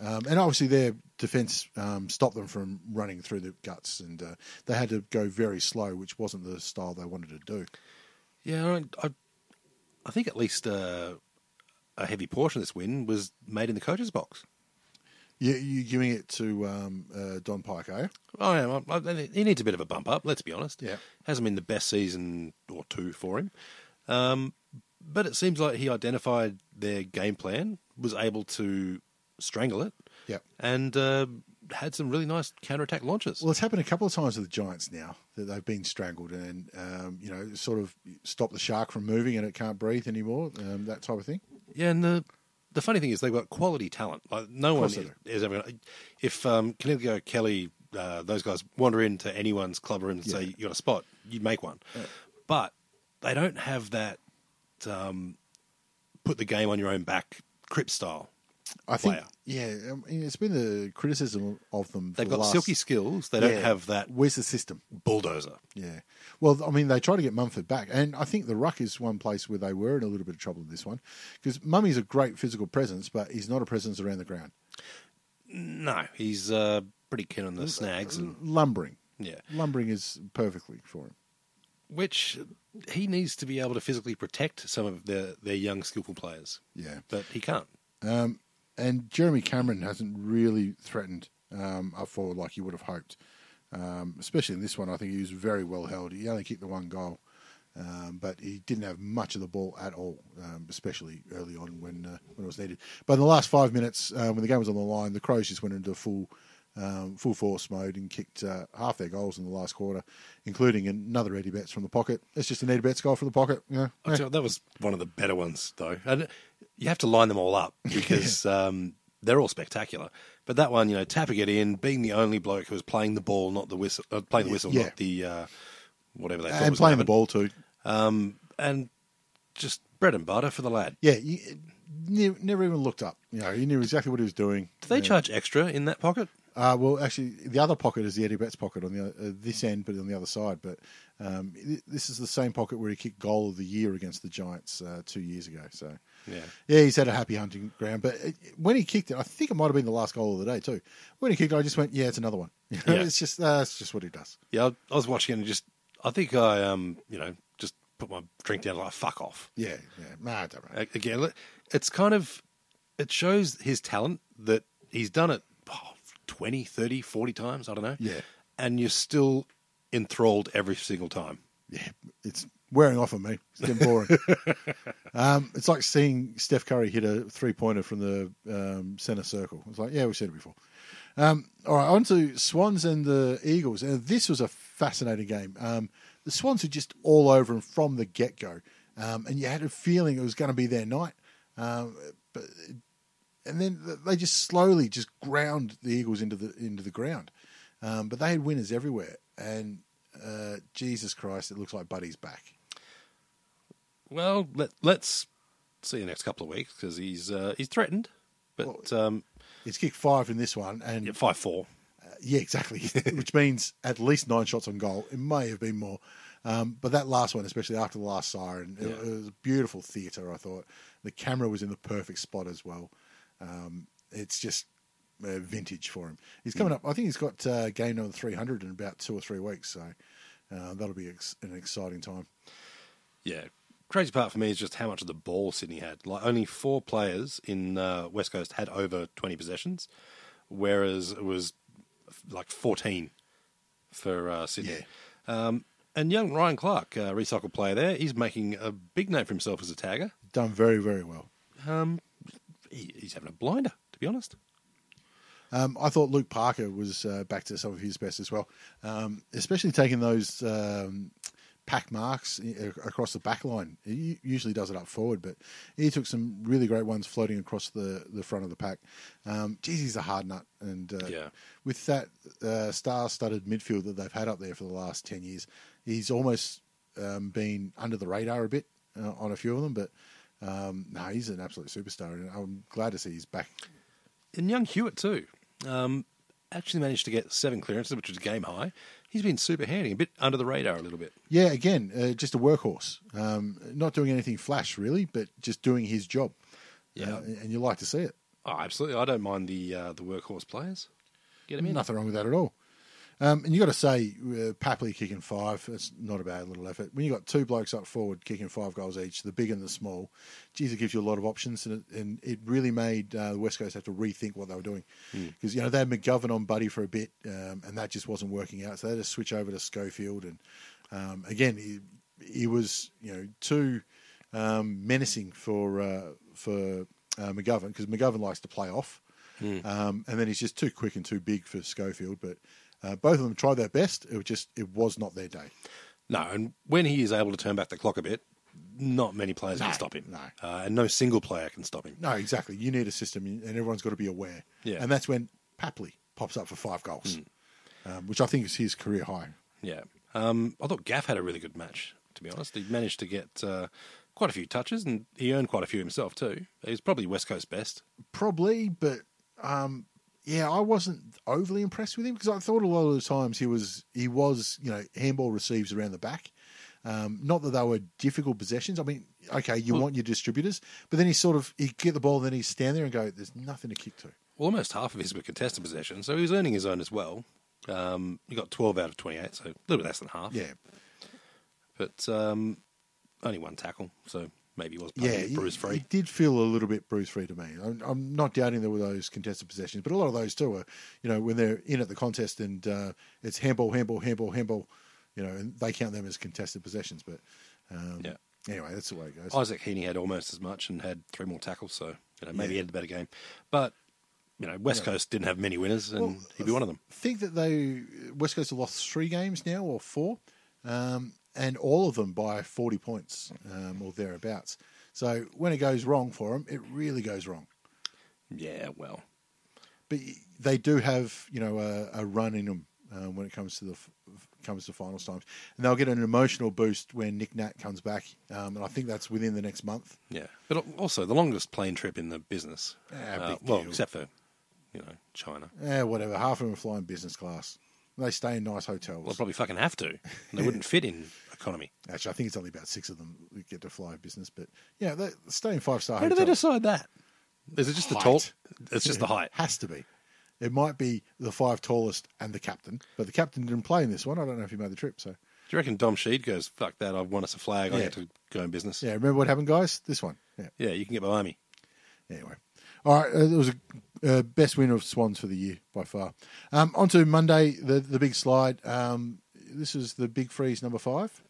[SPEAKER 1] Um, and obviously, their defence um, stopped them from running through the guts, and uh, they had to go very slow, which wasn't the style they wanted to do.
[SPEAKER 2] Yeah, I, don't- I, I think at least uh, a heavy portion of this win was made in the coach's box.
[SPEAKER 1] You, you giving it to um, uh, Don Pike, are you?
[SPEAKER 2] I am. I, I, he needs a bit of a bump up. Let's be honest.
[SPEAKER 1] Yeah.
[SPEAKER 2] hasn't been the best season or two for him, um, but it seems like he identified their game plan, was able to strangle it,
[SPEAKER 1] Yeah.
[SPEAKER 2] and uh, had some really nice counterattack launches.
[SPEAKER 1] Well, it's happened a couple of times with the Giants now that they've been strangled and, um, you know, sort of stop the shark from moving and it can't breathe anymore, um, that type of thing.
[SPEAKER 2] Yeah, and the the funny thing is they've got quality talent. Like no one
[SPEAKER 1] course
[SPEAKER 2] is,
[SPEAKER 1] they
[SPEAKER 2] is ever. Gonna, if um, Caniglio, Kelly, uh, those guys wander into anyone's club room and say you got a spot, you'd make one. But they don't have that um, put the game on your own back Crip style.
[SPEAKER 1] I think,
[SPEAKER 2] Player.
[SPEAKER 1] yeah, um, it's been the criticism of them. for
[SPEAKER 2] They've
[SPEAKER 1] the
[SPEAKER 2] got
[SPEAKER 1] last-
[SPEAKER 2] silky skills. They don't
[SPEAKER 1] Yeah.
[SPEAKER 2] have that
[SPEAKER 1] Where's the system?
[SPEAKER 2] bulldozer.
[SPEAKER 1] Yeah. Well, I mean, they try to get Mumford back, and I think the ruck is one place where they were in a little bit of trouble in this one, because Mummy's a great physical presence, but he's not a presence around the ground.
[SPEAKER 2] No, he's uh, pretty keen on the snags and
[SPEAKER 1] Lumbering,
[SPEAKER 2] yeah.
[SPEAKER 1] lumbering is perfectly for him.
[SPEAKER 2] Which he needs to be able to physically protect some of their, their young skillful players,
[SPEAKER 1] Yeah.
[SPEAKER 2] but he can't.
[SPEAKER 1] Um, and Jeremy Cameron hasn't really threatened um, up forward like you would have hoped, um, especially in this one. I think he was very well held. He only kicked the one goal, um, but he didn't have much of the ball at all, um, especially early on when uh, when it was needed. But in the last five minutes, um, when the game was on the line, the Crows just went into full. Um, full force mode and kicked uh, half their goals in the last quarter, including another Eddie Betts from the pocket. It's just an Eddie Betts goal from the pocket. You know,
[SPEAKER 2] I'll tell you, that was one of the better ones, though. And you have to line them all up because um, they're all spectacular. But that one, you know, tapping it in, being the only bloke who was playing the ball, not the whistle, uh, playing the whistle,
[SPEAKER 1] Yeah.
[SPEAKER 2] not the uh, whatever they thought
[SPEAKER 1] and
[SPEAKER 2] was
[SPEAKER 1] playing the
[SPEAKER 2] gonna
[SPEAKER 1] ball too.
[SPEAKER 2] happen. Um, and just bread and butter for the lad.
[SPEAKER 1] Yeah, you, ne- never even looked up. You know, he knew exactly what he was doing.
[SPEAKER 2] Do they
[SPEAKER 1] Yeah.
[SPEAKER 2] charge extra in that pocket?
[SPEAKER 1] Uh, well, actually, the other pocket is the Eddie Betts pocket on the o- uh, this end, but on the other side. But um, th- this is the same pocket where he kicked goal of the year against the Giants uh, two years ago. So
[SPEAKER 2] Yeah.
[SPEAKER 1] yeah, he's had a happy hunting ground. But it, when he kicked it, I think it might have been the last goal of the day too. When he kicked, it, I just went, yeah, it's another one. You know,
[SPEAKER 2] Yeah.
[SPEAKER 1] it's just uh, it's just what he does.
[SPEAKER 2] Yeah, I, I was watching it and just, I think I, um, you know, just put my drink down like, fuck off.
[SPEAKER 1] Yeah, yeah, nah, don't worry.
[SPEAKER 2] A- again look, it's kind of it shows his talent that he's done it oh, 20 30 40 times i don't know
[SPEAKER 1] Yeah.
[SPEAKER 2] and you're still enthralled every single time
[SPEAKER 1] yeah, it's wearing off on me. It's getting boring. um, it's like seeing Steph Curry hit a three pointer from the um, center circle. It's like, yeah, we've seen it before. Um, all right, on to Swans and the Eagles. And this was a fascinating game. Um, the Swans were just all over them from the get go, um, and you had a feeling it was going to be their night. Um, but and then th- they just slowly just ground the Eagles into the into the ground. Um, but they had winners everywhere, and uh, Jesus Christ, it looks like Buddy's back.
[SPEAKER 2] Well, let, let's see the next couple of weeks because he's uh, he's threatened, but um,
[SPEAKER 1] He's kicked five in this one, and
[SPEAKER 2] yeah, five four.
[SPEAKER 1] Uh, yeah, exactly. Which means at least nine shots on goal. It may have been more. Um, but that last one, especially after the last siren, it,
[SPEAKER 2] Yeah.
[SPEAKER 1] it was beautiful theatre, I thought. The camera was in the perfect spot as well. Um, it's just uh, vintage for him. He's coming up, I think he's got uh, game number 300 in about two or three weeks. So uh, that'll be ex- an exciting time.
[SPEAKER 2] Yeah. Crazy part for me is just how much of the ball Sydney had. Like only four players in uh, West Coast had over twenty possessions, whereas it was like fourteen for uh, Sydney. Um, and young Ryan Clark, uh, recycled player there, he's making a big name for himself as a tagger.
[SPEAKER 1] Done very, very well.
[SPEAKER 2] Um, he, he's having a blinder, to be honest.
[SPEAKER 1] Um, I thought Luke Parker was uh, back to some of his best as well, um, especially taking those um, pack marks i- across the back line. He usually does it up forward, but he took some really great ones floating across the, the front of the pack. Um, geez, he's a hard nut. And uh,
[SPEAKER 2] Yeah.
[SPEAKER 1] with that uh, star studded midfield that they've had up there for the last 10 years, he's almost um, been under the radar a bit uh, on a few of them, but. Um, no, he's an absolute superstar, and I'm glad to see he's back.
[SPEAKER 2] And young Hewitt too. Um, actually managed to get seven clearances, which was game high. He's been super handy, a bit under the radar a little bit.
[SPEAKER 1] Yeah, again, uh, just a workhorse. Um, not doing anything flash, really, but just doing his job.
[SPEAKER 2] Yeah.
[SPEAKER 1] Uh, and you like to see it.
[SPEAKER 2] Oh, absolutely. I don't mind the uh, the workhorse players. Get him in.
[SPEAKER 1] Nothing wrong with that at all. Um, and you got to say, uh, Papley kicking five, it's not a bad little effort. When you got two blokes up forward kicking five goals each, the big and the small, geez, it gives you a lot of options. And it, and it really made uh, the West Coast have to rethink what they were doing.
[SPEAKER 2] Hmm.
[SPEAKER 1] Because, you know, they had McGovern on Buddy for a bit, um, and that just wasn't working out. So they had to switch over to Schofield. And um, again, he, he was, you know, too um, menacing for, uh, for uh, McGovern, because McGovern likes to play off. Um, and then he's just too quick and too big for Schofield. But uh, both of them tried their best. It was just it was not their day.
[SPEAKER 2] No, and when he is able to turn back the clock a bit, not many players
[SPEAKER 1] No,
[SPEAKER 2] can stop him.
[SPEAKER 1] no.
[SPEAKER 2] Uh, and no single player can stop him.
[SPEAKER 1] No, exactly. You need a system, and everyone's got to be aware.
[SPEAKER 2] Yeah.
[SPEAKER 1] and that's when Papley pops up for five goals, um, which I think is his career high.
[SPEAKER 2] Yeah. Um, I thought Gaff had a really good match, to be honest. He managed to get uh, quite a few touches and he earned quite a few himself, too. He was probably West Coast best.
[SPEAKER 1] Probably, but um, yeah, I wasn't overly impressed with him because I thought a lot of the times he was he was you know handball receives around the back. Um, not that they were difficult possessions. I mean, okay, you want your distributors, but then he sort of he get the ball, then he stand there and go, "There's nothing to kick to."
[SPEAKER 2] Well, almost half of his were contested possessions, so he was earning his own as well. Um, he got 12 out of 28, so a little bit less than half.
[SPEAKER 1] Yeah,
[SPEAKER 2] But um, only one tackle, so maybe he was
[SPEAKER 1] yeah,
[SPEAKER 2] yeah, bruise free.
[SPEAKER 1] It did feel a little bit bruise free to me. I'm, I'm not doubting there were those contested possessions, but a lot of those too are, you know, when they're in at the contest and uh, it's handball, handball, handball, handball, you know, and they count them as contested possessions. But um,
[SPEAKER 2] Yeah. Oh,
[SPEAKER 1] anyway, that's the way it goes.
[SPEAKER 2] Isaac Heaney had almost as much and had three more tackles, so you know maybe he had a better game. But you know, West Coast didn't have many winners, and
[SPEAKER 1] Well,
[SPEAKER 2] he'd be one of them.
[SPEAKER 1] I think that they West Coast have lost three games now or four, um, and all of them by forty points um, or thereabouts. So when it goes wrong for them, it really goes wrong.
[SPEAKER 2] Yeah, well,
[SPEAKER 1] but they do have you know a, a run in them um, when it comes to the f- comes to finals times, and they'll get an emotional boost when Nick Nat comes back, um, and I think that's within the next month.
[SPEAKER 2] yeah. But al- also the longest plane trip in the business. Uh,
[SPEAKER 1] Ah, big
[SPEAKER 2] well,
[SPEAKER 1] deal.
[SPEAKER 2] except for you know China.
[SPEAKER 1] Eh, whatever. Half of them are flying business class. They stay in nice hotels.
[SPEAKER 2] Well, they probably fucking have to. And they wouldn't fit in economy.
[SPEAKER 1] Actually, I think it's only about six of them that get to fly business, but yeah, they stay in five star
[SPEAKER 2] How
[SPEAKER 1] hotels.
[SPEAKER 2] do they decide that? Is it just the tall?
[SPEAKER 1] Height.
[SPEAKER 2] It's just the height.
[SPEAKER 1] Has to be. It might be the five tallest and the captain, but the captain didn't play in this one. I don't know if he made the trip. So
[SPEAKER 2] Do you reckon Dom Sheed goes, "Fuck that! I want us a flag. I
[SPEAKER 1] Yeah.
[SPEAKER 2] get to go in business."
[SPEAKER 1] yeah, remember what happened, guys? This one. Yeah.
[SPEAKER 2] yeah. You can get behind me.
[SPEAKER 1] Anyway, all right. Uh, it was a uh, best win of Swans for the year by far. Um, on to Monday, the the big slide. Um, this is the big freeze number five,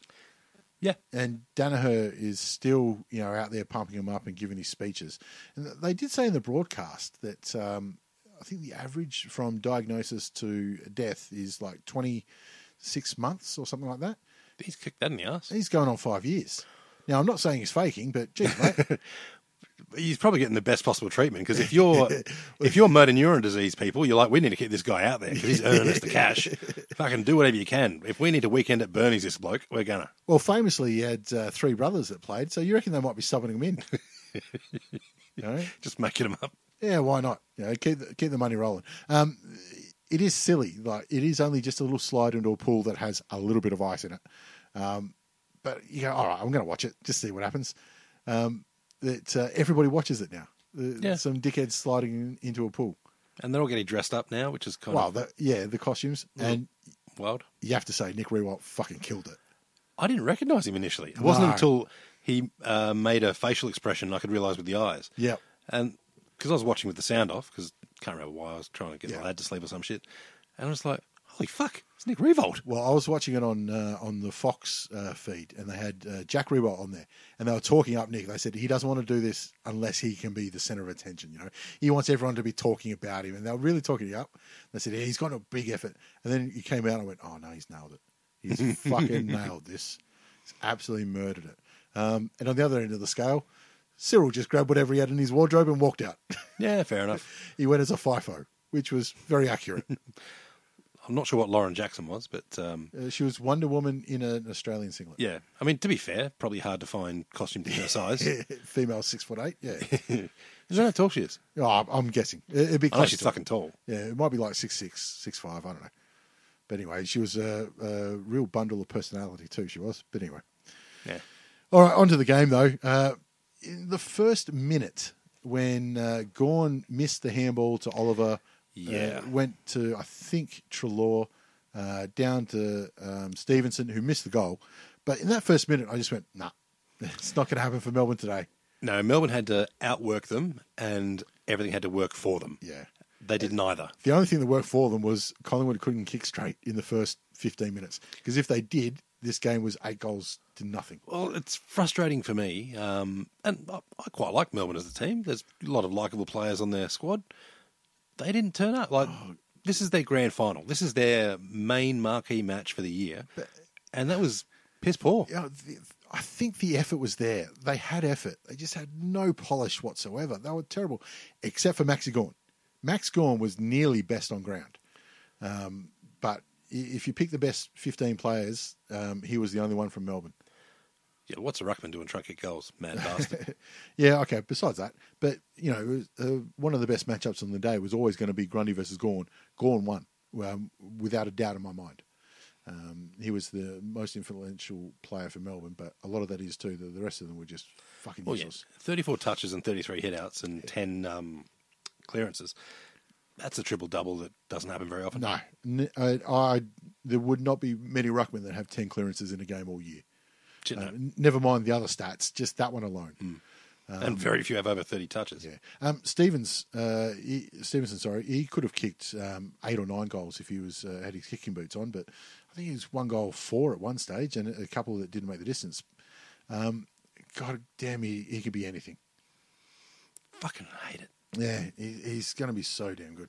[SPEAKER 2] Yeah.
[SPEAKER 1] and Danaher is still you know out there pumping him up and giving his speeches. And they did say in the broadcast that um, I think the average from diagnosis to death is like 26 months or something like that.
[SPEAKER 2] He's kicked that in the ass.
[SPEAKER 1] He's going on five years. Now, I'm not saying he's faking, but geez, mate.
[SPEAKER 2] He's probably getting the best possible treatment because if you're if you're motor neuron disease people, you're like, we need to keep this guy out there because he's earning us the cash. Fucking do whatever you can. If we need a weekend at Bernie's, this bloke, we're gonna.
[SPEAKER 1] well, famously, he had uh, three brothers that played, so you reckon they might be summoning him in? You know?
[SPEAKER 2] Just making him up.
[SPEAKER 1] Yeah, why not? You know, keep the, keep the money rolling. Um, it is silly. Like it is only just a little slide into a pool that has a little bit of ice in it. Um, but you go, all right, I'm going to watch it. Just see what happens. Um, that uh, everybody watches it now. The-
[SPEAKER 2] Yeah.
[SPEAKER 1] Some dickheads sliding in, into a pool.
[SPEAKER 2] And they're all getting dressed up now, which is kind
[SPEAKER 1] Wow.
[SPEAKER 2] of
[SPEAKER 1] the- yeah, the costumes, and
[SPEAKER 2] wild.
[SPEAKER 1] you have to say Nick Rewalt fucking killed it.
[SPEAKER 2] I didn't recognize him initially. It wasn't
[SPEAKER 1] No.
[SPEAKER 2] until he uh, made a facial expression I could realize with the eyes.
[SPEAKER 1] Yeah.
[SPEAKER 2] And because I was watching with the sound off, because can't remember why I was trying to get
[SPEAKER 1] Yeah.
[SPEAKER 2] the lad to sleep or some shit. And I was like, holy fuck, it's Nick Revolt.
[SPEAKER 1] Well, I was watching it on uh, on the Fox uh, feed, and they had uh, Jack Rewalt on there, and they were talking up Nick. They said he doesn't want to do this unless he can be the center of attention. You know, he wants everyone to be talking about him, and they were really talking it up. They said yeah, he's got a big effort, and then he came out and I went, "Oh no, he's nailed it. He's fucking nailed this. He's absolutely murdered it." Um, and on the other end of the scale, Cyril just grabbed whatever he had in his wardrobe and walked out.
[SPEAKER 2] Yeah, fair enough.
[SPEAKER 1] he went as a FIFO, which was very accurate.
[SPEAKER 2] I'm not sure what Lauren Jackson was, but um,
[SPEAKER 1] uh, she was Wonder Woman in an Australian singlet.
[SPEAKER 2] yeah. I mean, to be fair, probably hard to find costume to her size. Is
[SPEAKER 1] female six foot eight. Yeah,
[SPEAKER 2] that how tall she is?
[SPEAKER 1] Oh, I'm- I'm guessing It- it'd be
[SPEAKER 2] I know
[SPEAKER 1] close.
[SPEAKER 2] she's
[SPEAKER 1] to
[SPEAKER 2] fucking tall.
[SPEAKER 1] it. Yeah, it might be like six six, six five. I don't know. But anyway, she was a, a real bundle of personality too. She was. But anyway,
[SPEAKER 2] Yeah.
[SPEAKER 1] all right. On to the game though. Uh, in the first minute when uh, Gorn missed the handball to Oliver,
[SPEAKER 2] Yeah.
[SPEAKER 1] uh, went to I think Trelaw, uh, down to um, Stevenson who missed the goal. But in that first minute, I just went, nah, it's not going to happen for Melbourne today.
[SPEAKER 2] No, Melbourne had to outwork them and everything had to work for them.
[SPEAKER 1] Yeah.
[SPEAKER 2] They did neither.
[SPEAKER 1] The only thing that worked for them was Collingwood couldn't kick straight in the first 15 minutes. Because if they did, this game was eight goals to nothing.
[SPEAKER 2] Well, it's frustrating for me, um, and I, I quite like Melbourne as a team. There's a lot of likable players on their squad. They didn't turn up. Like
[SPEAKER 1] Oh.
[SPEAKER 2] this is their grand final. This is their main marquee match for the year, and that was piss poor.
[SPEAKER 1] You know, the, I think the effort was there. They had effort. They just had no polish whatsoever. They were terrible, except for Maxi Gorn. Max Gorn was nearly best on ground. Um, but i- if you pick the best 15 players, um, he was the only one from Melbourne.
[SPEAKER 2] Yeah, what's a ruckman doing trying to kick goals, mad bastard?
[SPEAKER 1] Yeah, okay. Besides that, but you know, it was, uh, one of the best matchups on the day was always going to be Grundy versus Gorn. Gorn won, um, without a doubt in my mind. Um, he was the most influential player for Melbourne, but a lot of that is too. The, the rest of them were just fucking
[SPEAKER 2] well, yeah,
[SPEAKER 1] useless.
[SPEAKER 2] thirty-four touches and thirty-three hitouts and ten um, clearances. That's a triple double that doesn't happen very often.
[SPEAKER 1] No, n- I, I- there would not be many ruckmen that have ten clearances in a game all year.
[SPEAKER 2] Shit,
[SPEAKER 1] Uh,
[SPEAKER 2] no. Hmm.
[SPEAKER 1] n- never mind the other stats, just that one alone.
[SPEAKER 2] and very few have over thirty touches.
[SPEAKER 1] Um, Yeah. Um, Stevens, uh, he, Stevenson, sorry, he could have kicked um, eight or nine goals if he was uh, had his kicking boots on, but I think he was one goal four at one stage and a couple that didn't make the distance. Um, God damn, he, he could be anything.
[SPEAKER 2] Fucking hate it.
[SPEAKER 1] Yeah, he, he's going to be so damn good.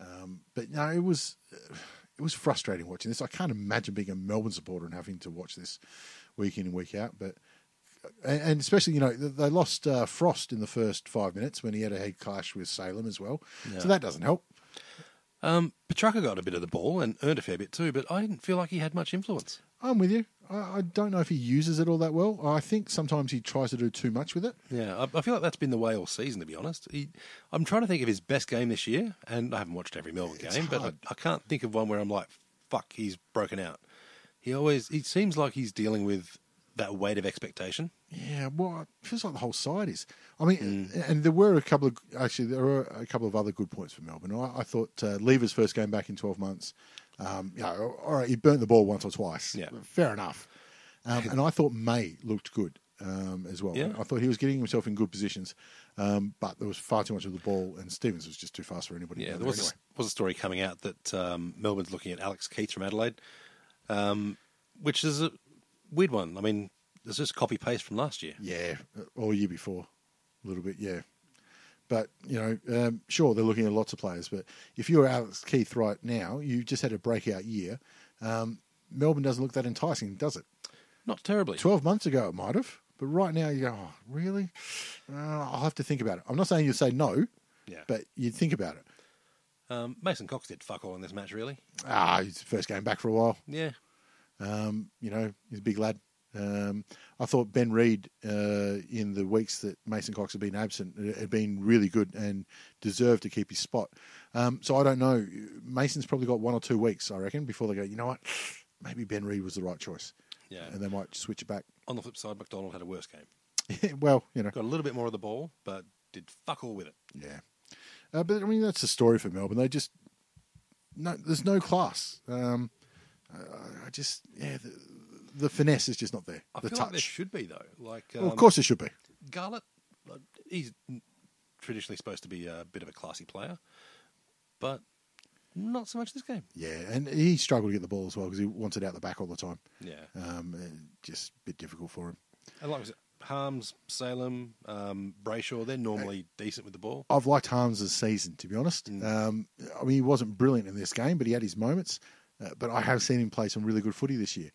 [SPEAKER 1] Um, but no, it was uh, it was frustrating watching this. I can't imagine being a Melbourne supporter and having to watch this week in and week out. But and, and especially you know th- they lost uh, Frost in the first five minutes when he had a head clash with Salem as well, so that doesn't help.
[SPEAKER 2] Um, Petrarca got a bit of the ball and earned a fair bit too, but I didn't feel like he had much influence.
[SPEAKER 1] I'm with you. I, I don't know if he uses it all that well. I think sometimes he tries to do too much with it.
[SPEAKER 2] Yeah, I, I feel like that's been the way all season, to be honest. He, I'm trying to think of his best game this year, and I haven't watched every Melbourne game, but I,
[SPEAKER 1] hard.
[SPEAKER 2] I can't think of one where I'm like, fuck, he's broken out. He always, it seems like he's dealing with that weight of expectation.
[SPEAKER 1] Yeah, well, it feels like the whole side is. I mean,
[SPEAKER 2] Mm.
[SPEAKER 1] and there were a couple of actually there were a couple of other good points for Melbourne. I, I thought uh, Lever's first game back in twelve months. Um, you know, all right, he burnt the ball once or twice.
[SPEAKER 2] Yeah.
[SPEAKER 1] fair enough. Um, and I thought May looked good um, as well.
[SPEAKER 2] Yeah.
[SPEAKER 1] I thought he was getting himself in good positions, um, but there was far too much of the ball, and Stevens was just too fast for anybody.
[SPEAKER 2] Yeah,
[SPEAKER 1] down
[SPEAKER 2] there was, a, was a story coming out that um, Melbourne's looking at Alex Keith from Adelaide, um, which is a weird one. I mean, it's just copy paste from last year.
[SPEAKER 1] Yeah, or year before, a little bit, yeah. But you know, um, sure they're looking at lots of players, but if you're Alex Keith right now, you just had a breakout year. Um, Melbourne doesn't look that enticing, does it?
[SPEAKER 2] Not terribly.
[SPEAKER 1] Twelve months ago it might have, but right now you go, oh, really? Uh, I'll have to think about it. I'm not saying you say no,
[SPEAKER 2] Yeah.
[SPEAKER 1] but you'd think about it.
[SPEAKER 2] Um, Mason Cox did fuck all in this match, really.
[SPEAKER 1] Ah, he's the first game back for a while.
[SPEAKER 2] Yeah.
[SPEAKER 1] Um, you know, he's a big lad. Um, I thought Ben Reed uh, in the weeks that Mason Cox had been absent uh, had been really good and deserved to keep his spot. Um, so I don't know. Mason's probably got one or two weeks, I reckon, before they go. You know what? Maybe Ben Reed was the right choice,
[SPEAKER 2] Yeah.
[SPEAKER 1] and they might switch it back.
[SPEAKER 2] On the flip side, McDonald had a worse game.
[SPEAKER 1] well, you know,
[SPEAKER 2] Got a little bit more of the ball, but did fuck all with it.
[SPEAKER 1] yeah. Uh, but I mean, that's the story for Melbourne. They just no, there's no class. Um, I, I just yeah, the, the finesse is just not there.
[SPEAKER 2] I
[SPEAKER 1] the
[SPEAKER 2] feel
[SPEAKER 1] touch,
[SPEAKER 2] like there should be though. Like, um,
[SPEAKER 1] Well, of course, it should be.
[SPEAKER 2] Garlett, uh, he's n- traditionally supposed to be a bit of a classy player, but not so much this game.
[SPEAKER 1] Yeah, and he struggled to get the ball as well because he wants it out the back all the time.
[SPEAKER 2] Yeah.
[SPEAKER 1] Um, and just a bit difficult for him.
[SPEAKER 2] And like I said, Harms, Salem, um, Brayshaw, they're normally decent with the ball.
[SPEAKER 1] I've liked Harms' season, to be honest.
[SPEAKER 2] Mm.
[SPEAKER 1] Um, I mean, he wasn't brilliant in this game, but he had his moments. Uh, but I have seen him play some really good footy this year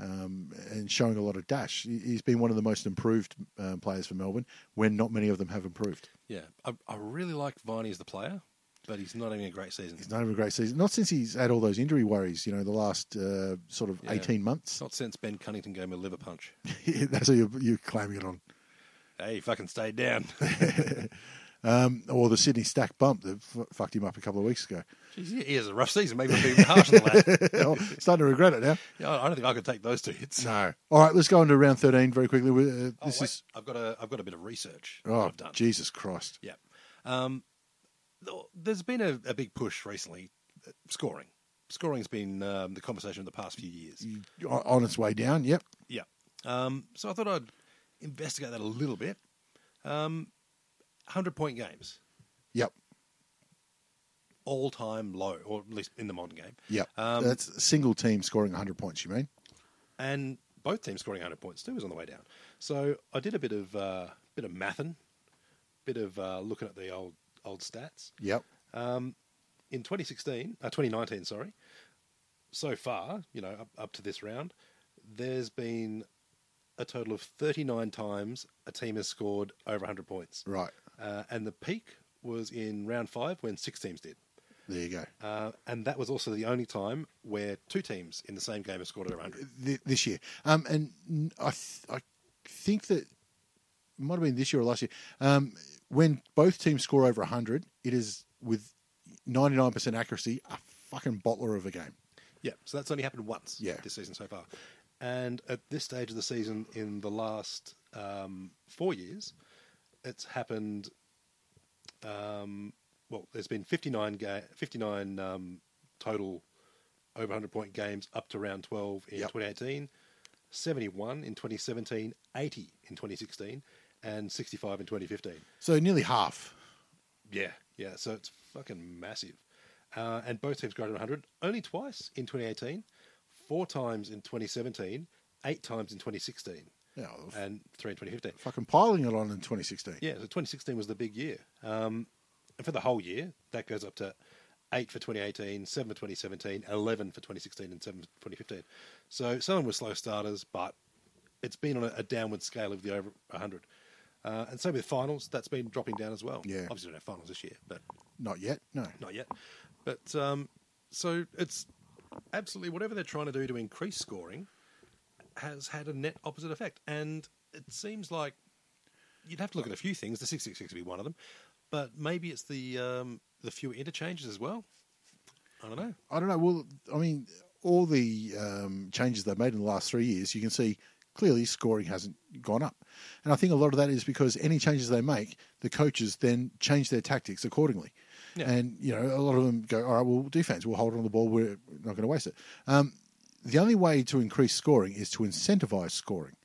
[SPEAKER 1] um, and showing a lot of dash. He- He's been one of the most improved um, players for Melbourne when not many of them have improved.
[SPEAKER 2] Yeah. I, I really like Viney as the player, but he's not having a great season.
[SPEAKER 1] He's not having a great season. Not since he's had all those injury worries, you know, the last uh, sort of
[SPEAKER 2] Yeah.
[SPEAKER 1] 18 months.
[SPEAKER 2] Not since Ben Cunnington gave him a liver punch.
[SPEAKER 1] That's what you're, you're claiming it on.
[SPEAKER 2] hey, he fucking stayed down.
[SPEAKER 1] Or the Sydney stack bump that f- fucked him up a couple of weeks ago.
[SPEAKER 2] Jeez, he- he has a rough season. Maybe I'm being harsh on the lad.
[SPEAKER 1] Oh, starting to regret it now.
[SPEAKER 2] Yeah, I I don't think I could take those two hits.
[SPEAKER 1] No. All right, let's go on to round 13 very quickly. We- Uh,
[SPEAKER 2] Oh,
[SPEAKER 1] this
[SPEAKER 2] wait,
[SPEAKER 1] is.
[SPEAKER 2] I've got a I've got a bit of research. that
[SPEAKER 1] Oh,
[SPEAKER 2] I've done.
[SPEAKER 1] Jesus Christ.
[SPEAKER 2] Yeah. Um, th- there's been a, a big push recently. uh, Scoring. Scoring's been um, the conversation of the past few years.
[SPEAKER 1] On on its way down, yep.
[SPEAKER 2] Yeah. Um, so I thought I'd investigate that a little bit. Um, 100 point games,
[SPEAKER 1] Yep.
[SPEAKER 2] all time low, or at least in the modern game.
[SPEAKER 1] Yep.
[SPEAKER 2] Um,
[SPEAKER 1] That's a single team scoring 100 points, you mean?
[SPEAKER 2] and both teams scoring 100 points too was on the way down. So I did a bit of uh, bit of mathin, bit of uh, looking at the old old stats.
[SPEAKER 1] Yep.
[SPEAKER 2] in 2016, uh, 2019, sorry, so far, you know, up, up to this round, there's been a total of 39 times a team has scored over 100 points.
[SPEAKER 1] Right.
[SPEAKER 2] Uh, and the peak was in round five when six teams did.
[SPEAKER 1] There you go.
[SPEAKER 2] Uh, and that was also the only time where two teams in the same game have scored over 100.
[SPEAKER 1] Th- this year. Um, and n- I, th- I think that it might have been this year or last year. Um, when both teams score over 100, it is with 99% accuracy a fucking bottler of a game.
[SPEAKER 2] Yeah, so that's only happened once
[SPEAKER 1] Yeah.
[SPEAKER 2] this season so far. And at this stage of the season, in the last um, four years, it's happened. Um, well, there's been 59, ga- 59 um, total over 100 point games up to round 12 in
[SPEAKER 1] Yep.
[SPEAKER 2] 2018, 71 in 2017, 80 in 2016, and 65 in 2015.
[SPEAKER 1] So nearly half.
[SPEAKER 2] Yeah, yeah. So it's fucking massive. Uh, and both teams greater than 100 only twice in 2018, four times in 2017, eight times in 2016,
[SPEAKER 1] Yeah, f-
[SPEAKER 2] and three in 2015.
[SPEAKER 1] fucking piling it on in 2016.
[SPEAKER 2] Yeah, so 2016 was the big year. Um, and for the whole year, that goes up to eight for 2018, seven for 2017, 11 for 2016, and seven for 2015. So some of them were slow starters, but it's been on a, a downward scale of the over 100. Uh, and same with finals, that's been dropping down as well.
[SPEAKER 1] Yeah.
[SPEAKER 2] Obviously, we don't have finals this year, but
[SPEAKER 1] Not yet. No.
[SPEAKER 2] not yet. But um, so it's absolutely whatever they're trying to do to increase scoring has had a net opposite effect. And it seems like you'd have to look at a few things. The 666 would be one of them. But maybe it's the um, the fewer interchanges as well. I don't know.
[SPEAKER 1] I don't know. Well, I mean, all the um, changes they've made in the last three years, you can see clearly scoring hasn't gone up. And I think a lot of that is because any changes they make, the coaches then change their tactics accordingly.
[SPEAKER 2] Yeah.
[SPEAKER 1] And, you know, a lot of them go, all right, well, defense, we'll hold on to the ball, we're not going to waste it. Um, the only way to increase scoring is to incentivize scoring.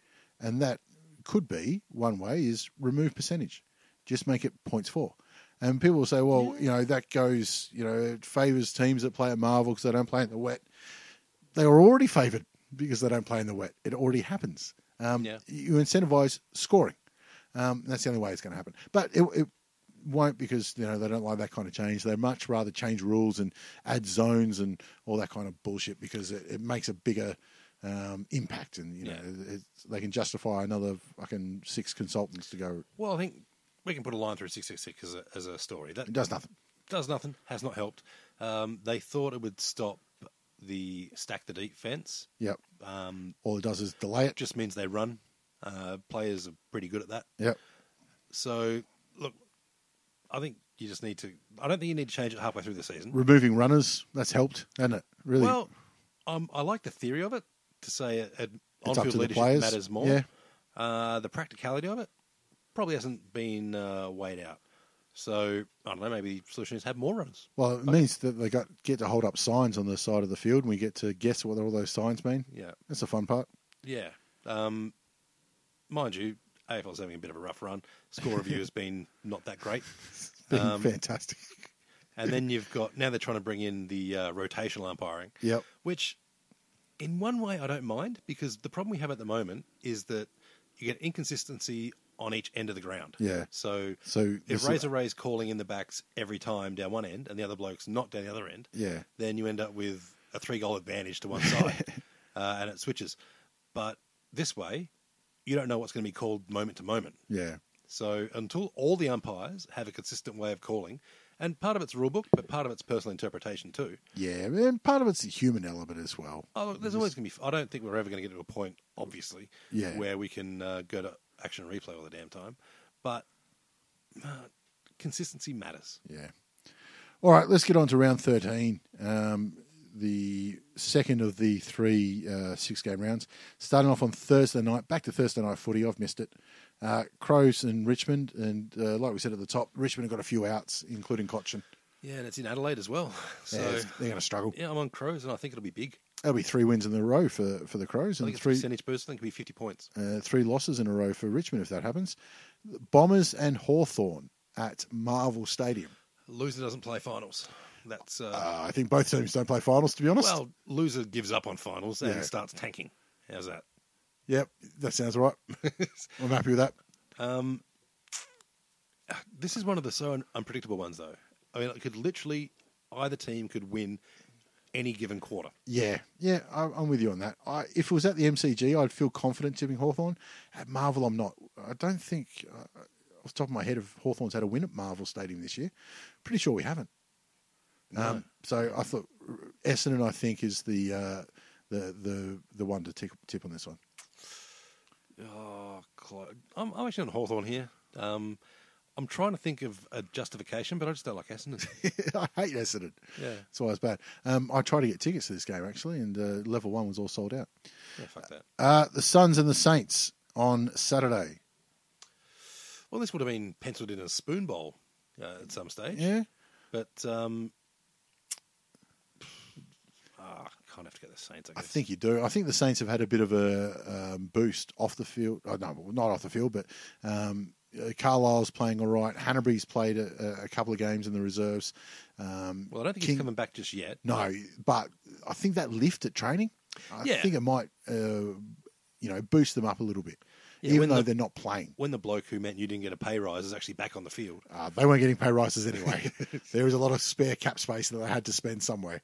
[SPEAKER 1] And that could be one way is remove percentage, just make it points four. And people will say, well, you know, that goes, you know, it favors teams that play at Marvel because they don't play in the wet they were already favoured because they don't play in the wet. It already happens. Um,
[SPEAKER 2] Yeah.
[SPEAKER 1] You incentivise scoring. Um, that's the only way it's going to happen. But it, it won't because you know they don't like that kind of change. They much rather change rules and add zones and all that kind of bullshit because it, it makes a bigger um, impact and you know
[SPEAKER 2] Yeah.
[SPEAKER 1] it, they can justify another fucking six consultants to go.
[SPEAKER 2] Well, I think we can put a line through 666 as a, as a story. That
[SPEAKER 1] It does nothing.
[SPEAKER 2] does nothing, has not helped. Um, they thought it would stop the stack the defense.
[SPEAKER 1] Yep.
[SPEAKER 2] Um,
[SPEAKER 1] All it does is delay it.
[SPEAKER 2] It just means they run. Uh, players are pretty good at that.
[SPEAKER 1] Yep.
[SPEAKER 2] So, look, I think you just need to. I don't think you need to change it halfway through the season.
[SPEAKER 1] Removing runners that's helped, hasn't it? Really.
[SPEAKER 2] Well, um, I like the theory of it to say it, it,
[SPEAKER 1] up
[SPEAKER 2] on-field
[SPEAKER 1] to the
[SPEAKER 2] leadership
[SPEAKER 1] players.
[SPEAKER 2] matters more.
[SPEAKER 1] Yeah.
[SPEAKER 2] Uh, the practicality of it probably hasn't been uh, weighed out. So I don't know. Maybe the solution is have more runners.
[SPEAKER 1] Well, it means that they got get to hold up signs on the side of the field, and we get to guess what all those signs mean.
[SPEAKER 2] Yeah.
[SPEAKER 1] That's the fun part.
[SPEAKER 2] Yeah. Um, mind you, AFL's having a bit of a rough run. Score review has been not that great.
[SPEAKER 1] It's been fantastic.
[SPEAKER 2] And then you've got now they're trying to bring in the uh, rotational umpiring.
[SPEAKER 1] Yep.
[SPEAKER 2] Which, in one way, I don't mind because the problem we have at the moment is that you get inconsistency on each end of the ground.
[SPEAKER 1] Yeah.
[SPEAKER 2] So
[SPEAKER 1] So this
[SPEAKER 2] if
[SPEAKER 1] is-
[SPEAKER 2] Razor Ray's calling in the backs every time down one end and the other bloke's not down the other end,
[SPEAKER 1] Yeah.
[SPEAKER 2] then you end up with a three goal advantage to one side uh, and it switches. But this way, you don't know what's going to be called moment to moment.
[SPEAKER 1] Yeah.
[SPEAKER 2] So until all the umpires have a consistent way of calling, and part of it's rule book, but part of it's personal interpretation too.
[SPEAKER 1] Yeah. And part of it's the human element as well.
[SPEAKER 2] Oh, look, there's always going to be. I don't think we're ever going to get to a point, obviously,
[SPEAKER 1] Yeah.
[SPEAKER 2] where we can uh, go to action replay all the damn time. But uh, consistency matters.
[SPEAKER 1] Yeah. All right, let's get on to round 13. Um, the second of the three uh, six game rounds. Starting off on Thursday night, back to Thursday night footy. I've missed it. Uh, Crows and Richmond. And uh, like we said at the top, Richmond have got a few outs, including Cochin.
[SPEAKER 2] Yeah, and it's in Adelaide as well. So
[SPEAKER 1] Yeah, it's- they're going to struggle.
[SPEAKER 2] yeah, I'm on Crows, and I think it'll be big.
[SPEAKER 1] That'll be three wins in a row for, for the Crows
[SPEAKER 2] I
[SPEAKER 1] and
[SPEAKER 2] think it's
[SPEAKER 1] three
[SPEAKER 2] percentage boost. I think it'll be 50 points.
[SPEAKER 1] uh, three losses in a row for Richmond if that happens. Bombers and Hawthorn at Marvel Stadium.
[SPEAKER 2] Loser doesn't play finals. That's uh,
[SPEAKER 1] Uh, I think both teams don't play finals, to be honest.
[SPEAKER 2] well, loser gives up on finals and
[SPEAKER 1] Yeah.
[SPEAKER 2] starts tanking. How's that?
[SPEAKER 1] yep, that sounds right. I'm happy with that.
[SPEAKER 2] This is one of the so un- unpredictable ones, though. I mean, it could literally either team could win any given quarter.
[SPEAKER 1] Yeah, yeah, I- I'm with you on that. I, if it was at the MCG, I'd feel confident tipping Hawthorn. At Marvel, I'm not. I don't think, uh, off the top of my head, if Hawthorn's had a win at Marvel Stadium this year. Pretty sure we haven't. Um, so I thought Essendon, I think, is the uh, the the the one to tip, tip on this one.
[SPEAKER 2] Oh, clo I'm, I'm actually on Hawthorn here. Um, I'm trying to think of a justification, but I just don't like Essendon.
[SPEAKER 1] I hate Essendon.
[SPEAKER 2] Yeah.
[SPEAKER 1] that's why it's bad. Um, I tried to get tickets to this game actually, and uh, level one was all sold out.
[SPEAKER 2] yeah, fuck that.
[SPEAKER 1] Uh, the Suns and the Saints on Saturday.
[SPEAKER 2] Well, this would have been penciled in a spoon bowl uh, at some stage.
[SPEAKER 1] Yeah,
[SPEAKER 2] But um, ah, I kind of have to get the Saints. I,
[SPEAKER 1] I
[SPEAKER 2] guess.
[SPEAKER 1] think you do. I think the Saints have had a bit of a um, boost off the field. Oh, no, well, not off the field, but um, uh, Carlisle's playing all right. Hanbury's played a, a couple of games in the reserves. Um,
[SPEAKER 2] Well, I don't think
[SPEAKER 1] King-
[SPEAKER 2] he's coming back just yet.
[SPEAKER 1] No, but I think that lift at training, I
[SPEAKER 2] Yeah.
[SPEAKER 1] think it might, uh, you know, boost them up a little bit,
[SPEAKER 2] Yeah,
[SPEAKER 1] even
[SPEAKER 2] when
[SPEAKER 1] though
[SPEAKER 2] the-
[SPEAKER 1] they're not playing.
[SPEAKER 2] When the bloke who meant you didn't get a pay rise is actually back on the field.
[SPEAKER 1] Uh, they weren't getting pay rises anyway. there was a lot of spare cap space that they had to spend somewhere.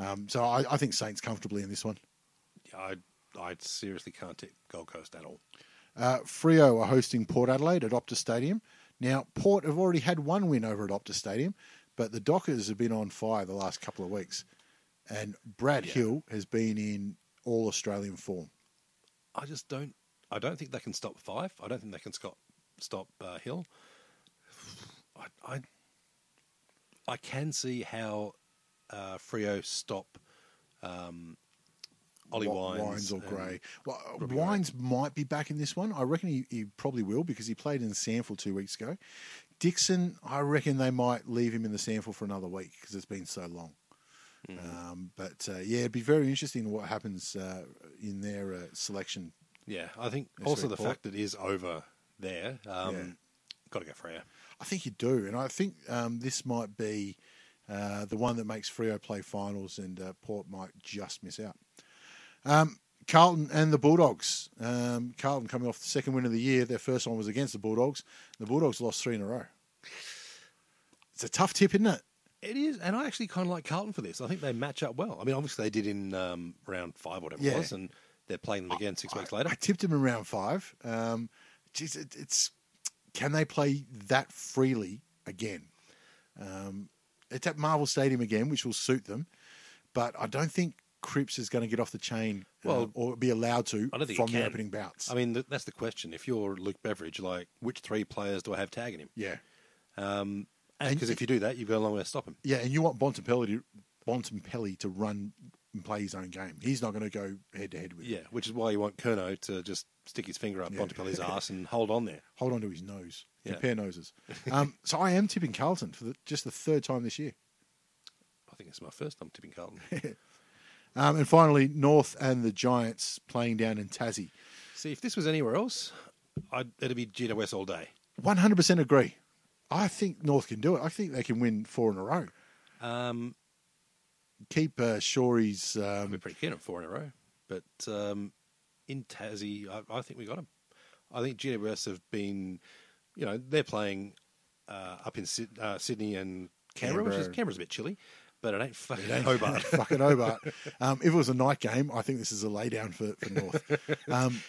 [SPEAKER 1] Um, so I, I think Saints comfortably in this one.
[SPEAKER 2] I I seriously can't tip Gold Coast at all.
[SPEAKER 1] Uh, Frio are hosting Port Adelaide at Optus Stadium. Now, Port have already had one win over at Optus Stadium, but the Dockers have been on fire the last couple of weeks. And Brad Hill has been in all Australian form.
[SPEAKER 2] I just don't. I don't think they can stop Fife. I don't think they can stop stop uh, Hill. I, I I can see how uh, Frio stop um, Ollie
[SPEAKER 1] Wi-
[SPEAKER 2] Wines,
[SPEAKER 1] or
[SPEAKER 2] and-
[SPEAKER 1] Gray. Well, uh, Wines might be back in this one. I reckon he, he probably will because he played in Sanford two weeks ago. Dixon, I reckon they might leave him in the Sanford for another week because it's been so long.
[SPEAKER 2] Mm.
[SPEAKER 1] Um, but uh, yeah, it'd be very interesting what happens uh, in their uh, selection.
[SPEAKER 2] Yeah, I think
[SPEAKER 1] That's
[SPEAKER 2] also
[SPEAKER 1] very
[SPEAKER 2] the
[SPEAKER 1] cool.
[SPEAKER 2] fact that it is over there. Um,
[SPEAKER 1] Yeah.
[SPEAKER 2] Got to go Freo.
[SPEAKER 1] I think you do, and I think um, this might be uh, the one that makes Frio play finals, and uh, Port might just miss out. Um, Carlton and the Bulldogs. Um, Carlton coming off the second win of the year. Their first one was against the Bulldogs. The Bulldogs lost three in a row. It's a tough tip, isn't it?
[SPEAKER 2] It is, and I actually kind of like Carlton for this. I think they match up well. I mean, obviously they did in um, round five, whatever
[SPEAKER 1] Yeah.
[SPEAKER 2] it was, and they're playing them again six weeks later.
[SPEAKER 1] I tipped him in round five. Um, geez, it, it's can they play that freely again? Um, it's at Marvel Stadium again, which will suit them, but I don't think Cripps is going to get off the chain uh,
[SPEAKER 2] Well,
[SPEAKER 1] or be allowed to
[SPEAKER 2] I don't think he
[SPEAKER 1] from the
[SPEAKER 2] can.
[SPEAKER 1] opening bouts.
[SPEAKER 2] I mean, th- that's the question. If you're Luke Beveridge, like, which three players do I have tagging him?
[SPEAKER 1] yeah, And-
[SPEAKER 2] Because if you do that, you've got a long way to stop him.
[SPEAKER 1] yeah, and you want Bontempelli to, Bontempelli to run and play his own game. He's not going to go head to head with. him.
[SPEAKER 2] Yeah, which is why you want Kerno to just stick his finger up
[SPEAKER 1] Yeah.
[SPEAKER 2] Bontempelli's ass and hold on there.
[SPEAKER 1] Hold on to his nose.
[SPEAKER 2] Yeah.
[SPEAKER 1] Compare noses. Um, so I am tipping Carlton for the, just the third time this year.
[SPEAKER 2] I think it's my first time tipping Carlton.
[SPEAKER 1] Um, and finally, North and the Giants playing down in Tassie.
[SPEAKER 2] See, if this was anywhere else, I'd, it'd be GWS all day.
[SPEAKER 1] 100% agree. I think North can do it. I think they can win four in a row.
[SPEAKER 2] Um,
[SPEAKER 1] Keep uh, Shorey's.
[SPEAKER 2] We're
[SPEAKER 1] Um,
[SPEAKER 2] pretty keen on four in a row, but um, in Tassie, I, I think we got them. I think GWS have been, you know, they're playing uh, up in Syd- uh, Sydney and Canberra, which is
[SPEAKER 1] Canberra.
[SPEAKER 2] Canberra's a bit chilly, but it ain't fucking
[SPEAKER 1] ain't
[SPEAKER 2] Hobart.
[SPEAKER 1] fucking Hobart. Um, if it was a night game, I think this is a lay down for, for North. Um,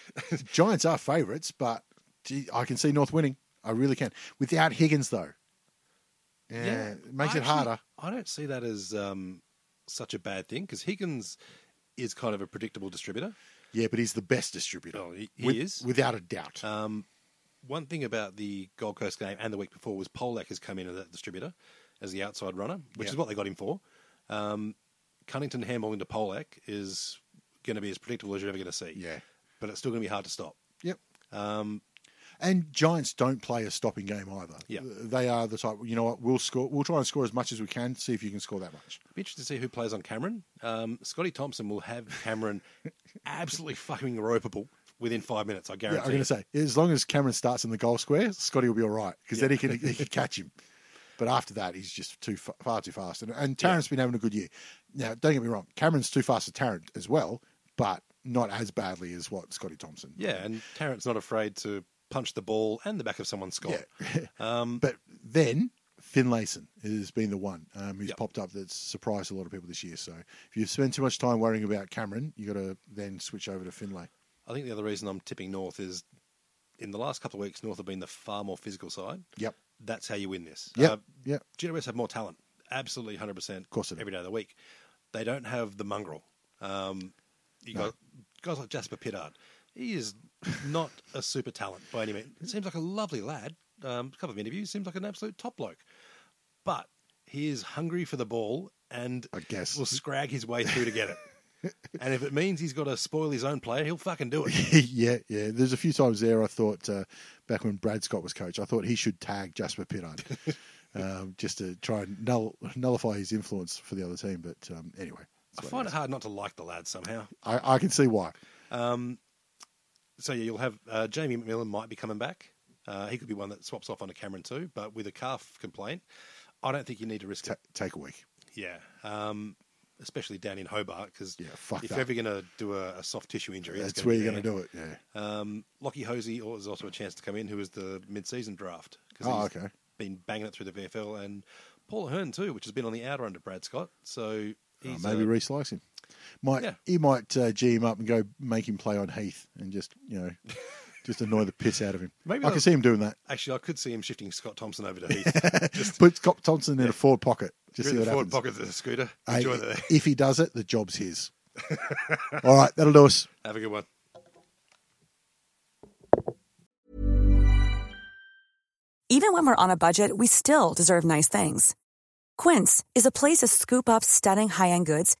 [SPEAKER 1] Giants are favourites, but gee, I can see North winning. I really can. Without Higgins, though. Yeah, it makes
[SPEAKER 2] I
[SPEAKER 1] it
[SPEAKER 2] actually-
[SPEAKER 1] harder.
[SPEAKER 2] I don't see that as um, such a bad thing because Higgins is kind of a predictable distributor.
[SPEAKER 1] Yeah, but he's the best distributor.
[SPEAKER 2] Well, Oh, he, he
[SPEAKER 1] With-
[SPEAKER 2] is.
[SPEAKER 1] Without a doubt.
[SPEAKER 2] Um, one thing about the Gold Coast game and the week before was Polak has come in as that distributor as the outside runner, which
[SPEAKER 1] Yeah.
[SPEAKER 2] is what they got him for. Um, Cunnington handballing to Polak is going to be as predictable as you're ever going to see.
[SPEAKER 1] Yeah.
[SPEAKER 2] But it's still going to be hard to stop.
[SPEAKER 1] yep.
[SPEAKER 2] Um,
[SPEAKER 1] And Giants don't play a stopping game either.
[SPEAKER 2] Yeah.
[SPEAKER 1] They are the type, you know what, we'll score we'll try and score as much as we can, see if you can score that much.
[SPEAKER 2] be interested to see who plays on Cameron. Um, Scotty Thompson will have Cameron absolutely fucking ropeable within five minutes, I
[SPEAKER 1] Yeah,
[SPEAKER 2] guarantee.
[SPEAKER 1] I'm gonna
[SPEAKER 2] it.
[SPEAKER 1] say as long as Cameron starts in the goal square, Scotty will be all right because then he can he can catch him. But after that, he's just too fa- far too fast. And, and Tarrant's been having a good year. Now, don't get me wrong, Cameron's too fast for Tarrant as well, but not as badly as what Scotty Thompson.
[SPEAKER 2] yeah, and Tarrant's not afraid to punch the ball and the back of someone's skull.
[SPEAKER 1] But then Finlayson has been the one um, who's
[SPEAKER 2] Yep.
[SPEAKER 1] popped up that's surprised a lot of people this year. So if you spend too much time worrying about Cameron, you got to then switch over to Finlay.
[SPEAKER 2] I think the other reason I'm tipping North is in the last couple of weeks, North have been the far more physical side.
[SPEAKER 1] Yep.
[SPEAKER 2] That's how you win this.
[SPEAKER 1] Yep.
[SPEAKER 2] Uh,
[SPEAKER 1] yep.
[SPEAKER 2] GWS have more talent, absolutely 100%. Of
[SPEAKER 1] course they do.
[SPEAKER 2] Every day of the week. They don't have the mongrel. Um, you got guys like Jasper Pittard. He is not a super talent by any means. Seems like a lovely lad. Um, a couple of interviews, seems like an absolute top bloke. But he is hungry for the ball and
[SPEAKER 1] I guess.
[SPEAKER 2] will scrag his way through to get it. and if it means he's got to spoil his own player, he'll fucking do it.
[SPEAKER 1] yeah, yeah. There's a few times there I thought uh, back when Brad Scott was coach, I thought he should tag Jasper Pittard um, just to try and null- nullify his influence for the other team. But um, anyway,
[SPEAKER 2] I find it hard not to like the lad somehow.
[SPEAKER 1] I, I can see why.
[SPEAKER 2] So yeah, you'll have uh, Jamie McMillan might be coming back. Uh, he could be one that swaps off onto Cameron too, but with a calf complaint, I don't think you need to risk
[SPEAKER 1] Ta
[SPEAKER 2] it.
[SPEAKER 1] take a week.
[SPEAKER 2] Yeah, um, especially down in Hobart because
[SPEAKER 1] Yeah, fuck
[SPEAKER 2] if
[SPEAKER 1] that.
[SPEAKER 2] you're ever going to do a, a soft tissue injury, it's
[SPEAKER 1] That's
[SPEAKER 2] gonna
[SPEAKER 1] where
[SPEAKER 2] be
[SPEAKER 1] you're going to
[SPEAKER 2] there.
[SPEAKER 1] do it. Yeah.
[SPEAKER 2] Um, Lockie Hosey was also a chance to come in, who was the mid-season draft. 'cause
[SPEAKER 1] Oh,
[SPEAKER 2] he's
[SPEAKER 1] okay.
[SPEAKER 2] Been banging it through the VFL and Paul Hearn too, which has been on the outer under Brad Scott. So
[SPEAKER 1] Oh,
[SPEAKER 2] he's uh,
[SPEAKER 1] maybe
[SPEAKER 2] a-
[SPEAKER 1] reslice him. Might
[SPEAKER 2] Yeah.
[SPEAKER 1] he might uh, G him up and go make him play on Heath and just you know just annoy the piss out of him.
[SPEAKER 2] Maybe
[SPEAKER 1] I can
[SPEAKER 2] they'll-
[SPEAKER 1] see him doing that.
[SPEAKER 2] Actually, I could see him shifting Scott Thompson over to Heath.
[SPEAKER 1] Put Scott Thompson in a forward pocket. Just
[SPEAKER 2] Through
[SPEAKER 1] see
[SPEAKER 2] the
[SPEAKER 1] what
[SPEAKER 2] forward
[SPEAKER 1] happens.
[SPEAKER 2] pocket of the scooter.
[SPEAKER 1] Hey, eh,
[SPEAKER 2] Enjoy the.
[SPEAKER 1] if he does it, the job's his. All right, that'll do us.
[SPEAKER 2] Have a good one.
[SPEAKER 3] Even when we're on a budget, we still deserve nice things. Quince is a place to scoop up stunning high end goods